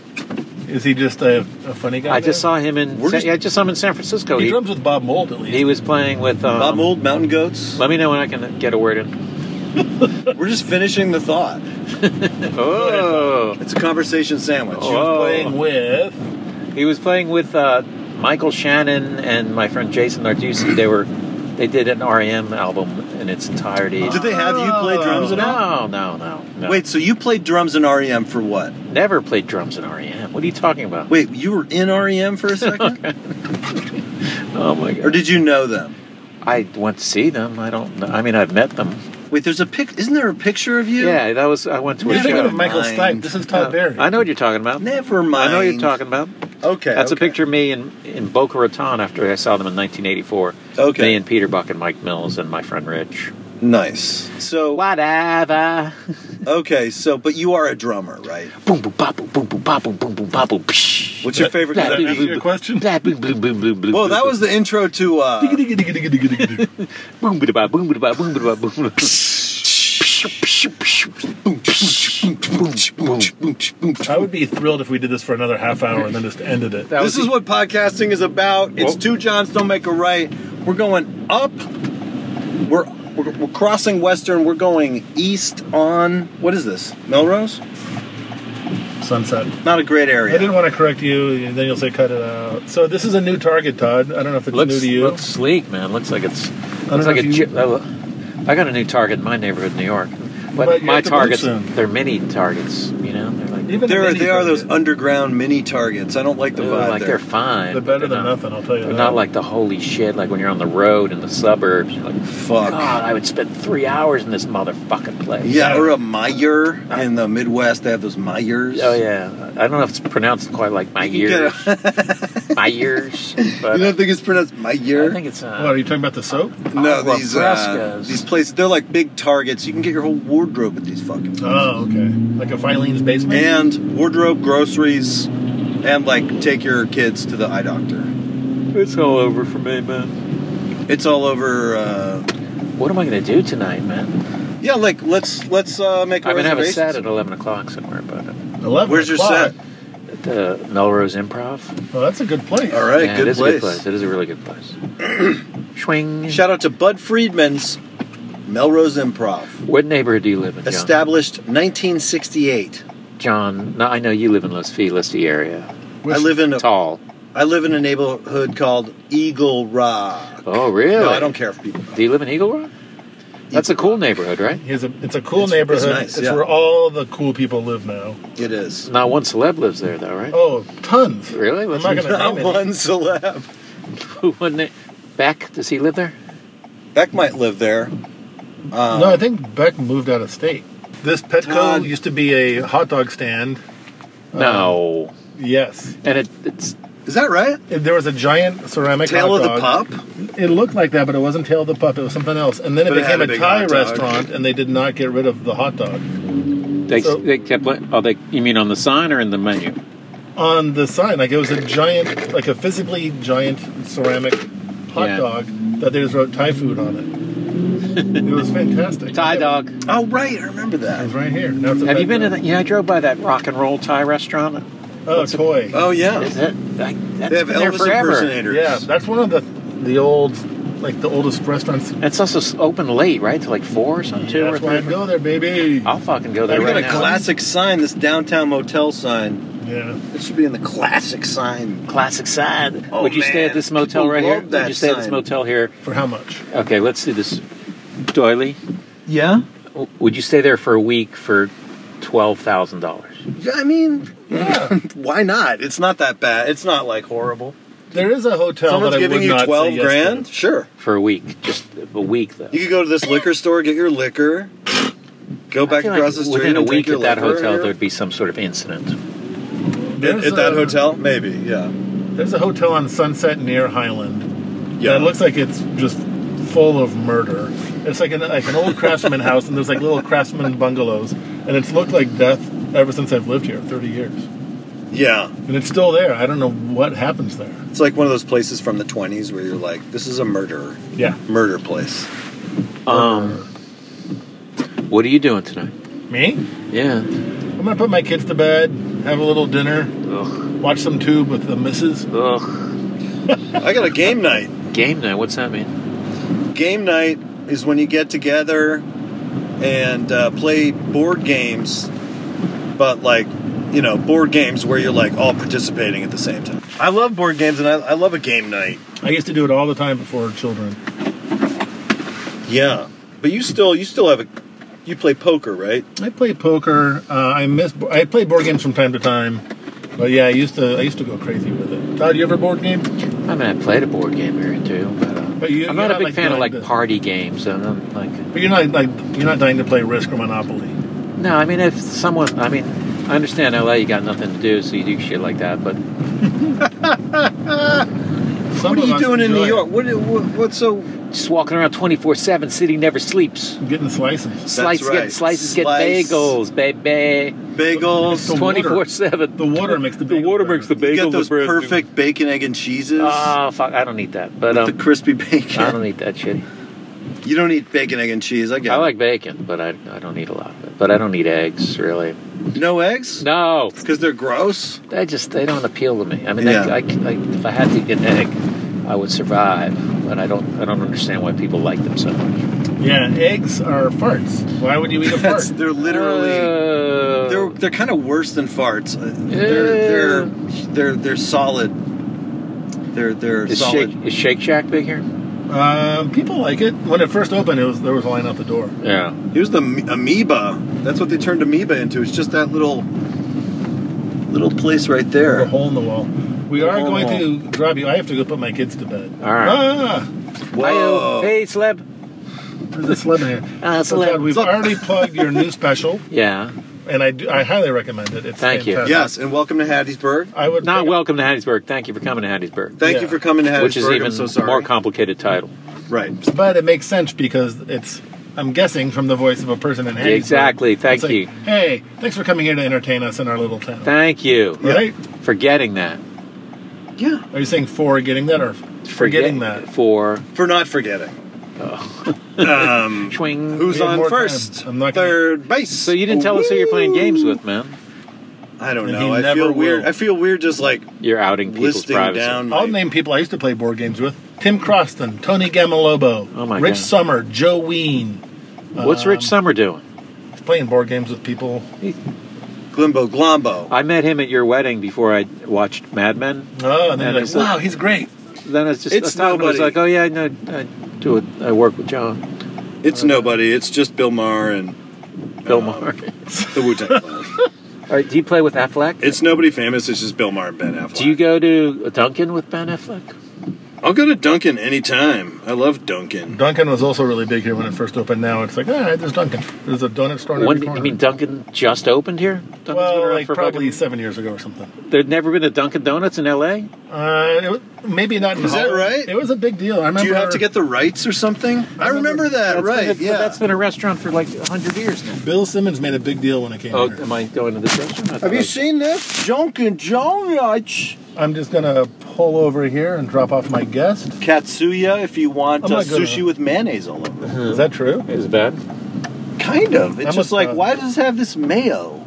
S3: Is he just a, a funny guy?
S5: I just
S3: there?
S5: saw him in.
S1: We're
S5: Sa-
S1: just-
S5: yeah, I just saw him in San Francisco.
S3: He
S5: He,
S3: drums with Bob Mold at least.
S5: he was playing with. Um,
S1: Bob Mould, Mountain Goats.
S5: Let me know when I can get a word in.
S1: We're just finishing the thought.
S5: Oh,
S1: It's a conversation sandwich.
S3: She was
S5: Oh.
S3: playing with.
S5: he was playing with uh, Michael Shannon and my friend Jason Narduzzi. They were, they did an REM album in its entirety.
S1: Did they have you play drums at all?
S5: no, no, no, no.
S1: Wait, so you played drums in REM for what?
S5: never E
S1: E
S5: played drums in REM. What are you talking about?
S1: Wait, you were in REM for a second?
S5: Oh my
S1: Or
S5: god!
S1: did you know them?
S5: I went to see them. I don't. know. I mean, I've met them.
S1: Wait, there's a pic. Isn't there a picture of you?
S5: Yeah, that was. I went to a
S3: You're
S5: show. Uh,
S3: thinking of Michael
S1: Mind.
S3: Stipe. This is Todd Barry.
S5: I know what you're talking about.
S1: Never mind.
S5: I know what you're talking about.
S1: Okay.
S5: That's
S1: okay.
S5: a picture of me in, in Boca Raton after I saw them in 1984.
S1: Okay.
S5: Me and Peter Buck and Mike Mills and my friend Rich.
S1: Nice. So
S5: Whatever.
S1: okay, so but you are a drummer, right?
S5: Boom, boom, bop, boom, boom, boom, bop, boom, boom, boom, bop, boom. psh.
S1: What's your favorite?
S5: That
S3: Does that
S5: is-
S3: answer your question?
S5: Blah, boom, boom, boom, boom, boom,
S1: Well, that
S5: boom,
S1: was the intro to. uh
S5: boom, boom, bop, boom, boom, bop, boom, boom, bop, boom, boom. Psh, psh, psh, psh. Boom, psh, boom, psh, boom, psh, boom.
S3: I would be thrilled if we did this for another half hour and then just ended it.
S5: That
S1: This
S5: was
S1: is what podcasting is about. It's
S5: Whoa.
S1: two Johns don't make a right. We're going up. We're we're, we're crossing Western. We're going east on what is this? Melrose?
S3: Sunset.
S1: Not a great
S3: I
S1: area.
S3: didn't want to correct you. Then you'll say cut it out. So this is a new target, Todd. I don't know if it's new
S5: looks,
S3: to you.
S5: looks sleek, man. Looks like it's
S3: don't
S5: looks
S3: know
S5: like
S3: if
S5: a.
S3: you-
S5: gy- I lo- I got a new target in my neighborhood, in New York. But,
S3: But you
S5: my
S3: have to move
S5: targets,
S3: soon.
S5: they're mini targets. You know, they're like
S3: Even
S1: There
S3: a
S1: are
S3: mini
S1: they are those
S3: target.
S1: underground mini targets. I don't like the
S5: Ooh,
S1: vibe
S5: like
S1: there.
S5: they're fine.
S3: They're
S5: but
S3: better than
S5: not,
S3: nothing. I'll tell you.
S5: They're
S3: that.
S5: not like the holy shit. Like when you're on the road in the suburbs, you're like,
S1: Fuck.
S5: God, I would spend three hours in this motherfucking place.
S1: Yeah, or a Meyer in the Midwest. They have those Meyers.
S5: Oh yeah. I don't know if it's pronounced quite like my
S1: You
S5: ears,
S1: get
S5: my ears.
S1: a-
S5: But
S1: you don't think it's pronounced Meyer?
S5: I think it's
S3: What are
S5: uh,
S3: you talking about? The soap?
S1: No,
S5: Agua
S1: these uh,
S5: Frescas.
S1: these places they're like big targets. You can get your whole wardrobe at these fucking
S3: Oh, okay. Like a Filene's basement.
S1: and wardrobe, groceries, and like take your kids to the eye doctor.
S5: it's all over for me, man.
S1: It's all over. Uh,
S5: What am I gonna do tonight, man?
S1: yeah, like let's let's uh, make a
S5: I'm gonna have a
S1: reservation.
S5: set at eleven o'clock somewhere, but uh,
S3: Eleven
S1: Where's your
S3: o'clock.
S1: set?
S5: at the Melrose Improv.
S3: Well, that's a good place.
S1: All right,
S5: Yeah,
S1: good,
S5: it is
S1: place.
S5: a good place. It is a really good place. Swing.
S1: Shout out to Bud Friedman's Melrose Improv,
S5: what neighborhood do you live in, John?
S1: established 1968.
S5: John, no, I know you live in Los Feliz the area.
S1: I live in a,
S5: Tall.
S1: I live in a neighborhood called Eagle Rock.
S5: Oh, really?
S1: No, I don't care if people.
S5: Do you live in Eagle Rock? That's a cool neighborhood, right?
S3: Here's a, it's a cool neighborhood. It's,
S1: nice, yeah.
S3: where all the cool people live now.
S1: It is.
S5: Not one celeb lives there, though, right?
S3: Oh, tons.
S5: Really?
S3: I'm not gonna
S1: Not
S3: name it.
S1: one celeb.
S5: Who wouldn't it? Beck, does he live there?
S1: Beck might live there. Um,
S3: No, I think Beck moved out of state. This Petco
S1: Todd.
S3: used to be a hot dog stand.
S5: no.
S3: Yes,
S5: Uh, And it, it's
S1: is that right?
S3: It- there was a giant ceramic
S1: Tail
S3: hot
S1: of the
S3: dog.
S1: Pop.
S3: It looked like that, but it wasn't Tail of the Pup. It was something else. And then it
S1: But it had
S3: became
S1: a
S3: a
S1: big
S3: Thai
S1: hot dog.
S3: restaurant, and they did not get rid of the hot dog.
S5: they
S3: So-
S5: they kept oh they you mean on the sign or in the menu?
S3: On the sign, like it was a giant, like a physically giant ceramic hot
S5: Yeah.
S3: dog that they just wrote Thai food on it. it was fantastic.
S5: Thai dog.
S1: Oh right, I remember
S3: It was
S1: that.
S3: right here. Now it's a
S5: Have you
S3: Petco.
S5: been to that? Yeah, I drove by that rock and roll Thai restaurant.
S3: Oh,
S5: What's it-
S3: toy.
S1: Oh yeah.
S5: Is that, like, that's
S1: They have
S5: been there
S1: Elvis
S5: forever.
S1: impersonators.
S3: Yeah, that's one of the the old, like the oldest restaurants.
S5: It's also s- open late, right? To like four or something, two or
S3: That's why I
S5: three. Oh.
S3: go there, baby.
S5: I'll fucking go there
S1: They got
S5: right
S1: a
S5: now.
S1: classic sign. This downtown motel sign.
S3: Yeah.
S1: It should be in the classic sign.
S5: Classic side.
S1: Oh,
S5: Would you stay
S1: man.
S5: at this motel
S1: People
S5: right here?
S1: love
S5: Would
S1: that
S5: you stay at this
S1: sign.
S5: motel here?
S3: For how much?
S5: Okay, let's do this. Doily,
S1: Yeah.
S5: w- would you stay there for a week for twelve thousand dollars?
S1: I mean,
S3: Yeah.
S1: why not? It's not that bad. It's not like horrible.
S3: there is a hotel
S1: Someone's
S3: that I
S1: giving
S3: would
S1: you
S3: not say
S1: twelve
S3: yes
S1: grand.
S3: to.
S1: Sure.
S5: For a week, just a week though.
S1: You could go to this liquor store, get your liquor, go
S5: I
S1: back
S5: feel like
S1: across the street,
S5: within a
S1: and drink
S5: week
S1: your
S5: at that
S1: liquor.
S5: hotel, there'd be some sort of incident.
S1: at,
S3: There's
S1: at that
S3: a-
S1: hotel, maybe. Yeah.
S3: There's a hotel on Sunset near Highland. Yeah.
S1: Yeah.
S3: it looks like it's just full of murder. It's like an like an old craftsman house, and there's like little craftsman bungalows, and it's looked like death ever since I've lived here, 30 years,
S1: yeah.
S3: and it's still there. I don't know what happens there.
S1: It's like one of those places from the twenties where you're like, this is a murder,
S3: Yeah.
S1: murder place.
S5: Um, what are you doing tonight?
S3: Me?
S5: Yeah.
S3: I'm gonna put my kids to bed, have a little dinner,
S5: Ugh.
S3: watch some tube with the missus.
S5: Ugh.
S1: I got a game night.
S5: Game night. What's that mean?
S1: Game night is when you get together and uh, play board games, but like, you know, board games where you're like all participating at the same time. I love board games and I, I love a game night.
S3: I used to do it all the time before children.
S1: Yeah, but you still you still have a you play poker, right?
S3: I play poker. Uh, I miss. I play board games from time to time, but yeah, I used to. I used to go crazy with it. Todd, you ever board game?
S5: I mean, I played a board game here too, but, uh,
S3: But you-
S5: I'm not
S3: you're
S5: a big
S3: like,
S5: fan of
S3: dying
S5: like
S3: to-
S5: party games. I'm not like
S3: But you're not like you're not dying to play Risk or Monopoly.
S5: no. I mean, if someone, I mean, I understand LA. You got nothing to do, so you do shit like that. But
S3: Some
S1: what are
S3: of
S1: you
S3: us
S1: doing in
S3: enjoy
S1: New
S3: it.
S1: York? What, what, what's so?
S5: just walking around 24 seven, city never sleeps.
S3: Getting slices.
S5: Slice,
S1: right.
S5: get slices, get
S1: Slice.
S5: bagels, baby.
S1: Bagels.
S3: The water.
S5: 24 seven.
S3: The water makes the
S5: The
S3: bagel
S5: water
S3: better.
S5: makes the
S1: You
S5: bagel
S1: get those
S5: the bread.
S1: perfect bacon, egg, and cheeses.
S3: Uh,
S5: Oh fuck! I don't need that, but
S1: with the
S5: um,
S1: crispy
S5: I
S1: bacon.
S5: don't eat that shit.
S1: You don't eat bacon, egg, and cheese. I get
S5: I like bacon, but I, I don't eat a lot. But, but I don't eat eggs really.
S1: it. No eggs?
S5: No,
S1: Because they're gross?
S5: they just they don't appeal to me. I mean,
S1: Yeah.
S5: I, I, I, if I had to get an egg, I would survive. But I don't I don't understand why people like them so much.
S3: Yeah, eggs are farts. Why would you eat a
S1: That's,
S3: fart?
S1: they're literally.
S5: Uh,
S1: They're, they're kind of worse than farts. Uh, They're they're they're they're solid. They're they're
S5: is
S1: solid.
S5: Shake is Shake Shack big here?
S3: Um, people like it. When it first opened, it was there was a line out the door.
S5: Yeah.
S1: Here's the am- amoeba. That's what they turned amoeba into. It's just that little little place right
S3: A
S1: there.
S3: hole in the wall. We
S1: A
S3: are
S1: hole in
S3: going
S1: the
S3: to drop you. I have to go put my kids to bed.
S5: All right.
S3: Ah,
S1: Whoa.
S5: Hey, Sleb.
S3: there's a slip in here.
S5: Uh,
S3: So Todd,
S5: Sleb.
S3: we've already plugged your new special,
S5: Yeah.
S3: and I do, I highly recommend it. It's
S5: Thank you.
S3: fantastic.
S1: Yes, and welcome to Hattiesburg.
S3: I would
S5: Not
S3: pick-
S5: welcome to Hattiesburg. Thank you for coming to Hattiesburg.
S1: Thank
S3: Yeah.
S1: you for coming to Hattiesburg.
S5: Which is even
S1: I'm so sorry.
S5: more complicated title.
S1: right.
S3: but it makes sense because it's. I'm guessing from the voice of a person in Hattiesburg.
S5: Exactly. Thank
S3: It's like,
S5: you.
S3: Hey, thanks for coming here to entertain us in our little town.
S5: Thank you
S3: right?
S5: for getting that.
S1: Yeah.
S3: Are you saying for getting that or forgetting
S5: Forget-
S3: that?
S5: For
S1: For not forgetting.
S5: Oh.
S1: um,
S5: swing.
S1: who's
S3: We have
S1: on
S3: more time.
S1: 1st
S3: I'm not gonna-
S1: Third base.
S5: So you didn't tell us who you're playing games with, man.
S1: I don't
S3: And
S1: know.
S3: he
S1: I
S3: never
S1: feel weird.
S3: will.
S1: I feel weird just like
S5: You're outing people's
S1: listing
S5: privacy.
S1: down.
S3: I'll
S1: My,
S3: name people I used to play board games with: Tim Croston, Tony Gamalobo,
S5: Oh my
S3: Rich
S5: God.
S3: Summer, Joe Ween.
S1: uh,
S5: What's Rich Summer doing?
S3: Playing board games with people.
S1: Glimbo Glombo.
S5: I met him at your wedding before I watched Mad Men.
S3: Oh, and
S5: Yeah,
S3: then you're
S5: it's
S3: like,
S5: like-
S3: wow, he's great.
S5: Then I was just
S1: It's
S5: I thought it was
S1: nobody.
S5: like, oh yeah, no, I do it. I work with John
S1: It's nobody. It's just Bill Maher and
S5: Bill
S1: Uh,
S5: Maher.
S1: the Wu Tang Clan.
S5: All right, do you play with Affleck?
S1: It's nobody famous. It's just Bill Maher and Ben Affleck.
S5: do you go to Duncan with Ben Affleck?
S1: I'll go to Duncan anytime. I love Duncan.
S3: Duncan was also really big here when it first opened. Now it's like, all right, there's Duncan. There's a donut store. in
S5: When,
S3: every
S5: you
S3: corner.
S5: mean Duncan just opened here? Duncan's been
S3: well,
S5: around
S3: like
S5: for
S3: probably
S5: fucking-
S3: seven years ago or something.
S5: there'd never been a Dunkin' Donuts in L.A.
S3: Uh, it was, maybe not. in
S1: Is that
S3: Hollywood.
S1: right?
S3: It was a big deal. I remember.
S1: Do you have to get the rights or something? I remember that, right?
S5: That's been a-
S1: yeah.
S5: that's been a restaurant for like hundred years now.
S3: Bill Simmons made a big deal when it came.
S5: Oh,
S3: here.
S5: am I going to this restaurant? I thought
S1: Have
S5: I
S1: you
S5: was-
S1: seen this? Dunkin' Donuts.
S3: I'm just gonna pull over here and drop off my guest.
S1: Katsuya, if you want
S3: I'm
S1: uh,
S3: not gonna-
S1: sushi with mayonnaise all over it.
S3: Is that true?
S5: Is it bad?
S1: Kind of. It's
S3: I'm
S1: just
S3: a-
S1: like, why does it have this mayo?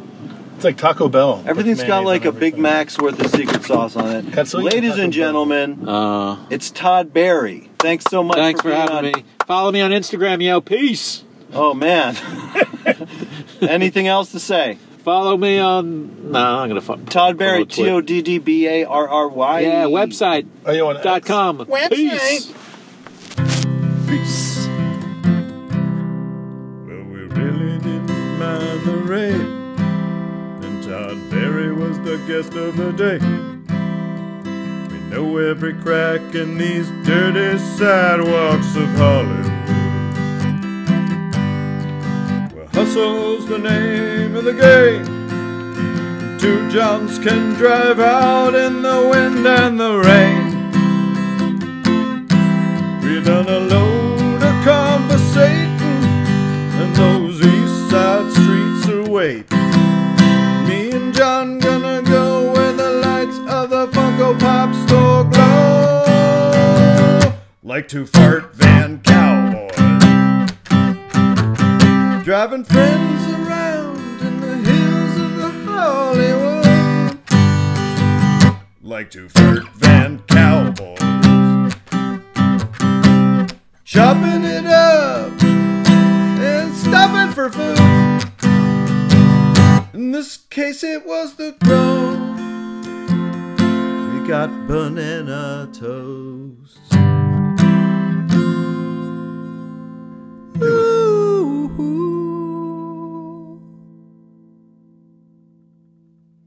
S3: It's like Taco Bell.
S1: Everything's
S3: With
S1: got
S3: mayonnaise
S1: like
S3: on
S1: a Big
S3: everything.
S1: Mac's worth of secret sauce on it.
S3: Katsuya
S1: Ladies
S3: Taco
S1: and
S3: Bell.
S1: gentlemen,
S5: Uh,
S1: it's Todd Barry. Thanks so much
S5: thanks for
S1: being
S5: having
S1: on.
S5: me. Follow me on Instagram, yo. Peace.
S1: Oh, man. Anything else to say?
S5: Follow me on. No, I'm gonna fuck.
S1: Todd Barry,
S5: promote Twitter.
S1: T O D D B A R R Y. E.
S5: Yeah, website
S3: Are Oh, you on X?
S5: dot com. Peace.
S1: Peace.
S14: Well, we really didn't mind the rain. And Todd Berry was the guest of the day. We know every crack in these dirty sidewalks of Hollywood. Well, hustle's the name of the game. Two Johns can drive out in the wind and the rain. We done a load of conversating and those east side streets are waiting. Me and John gonna go where the lights of the Funko Pop store glow. Like two fart van cowboys. Driving friends around in the hills of the Hollywood. Like two fart van cowboys. Chopping it up and stopping for food. In this case, it was the grove. We got banana toast.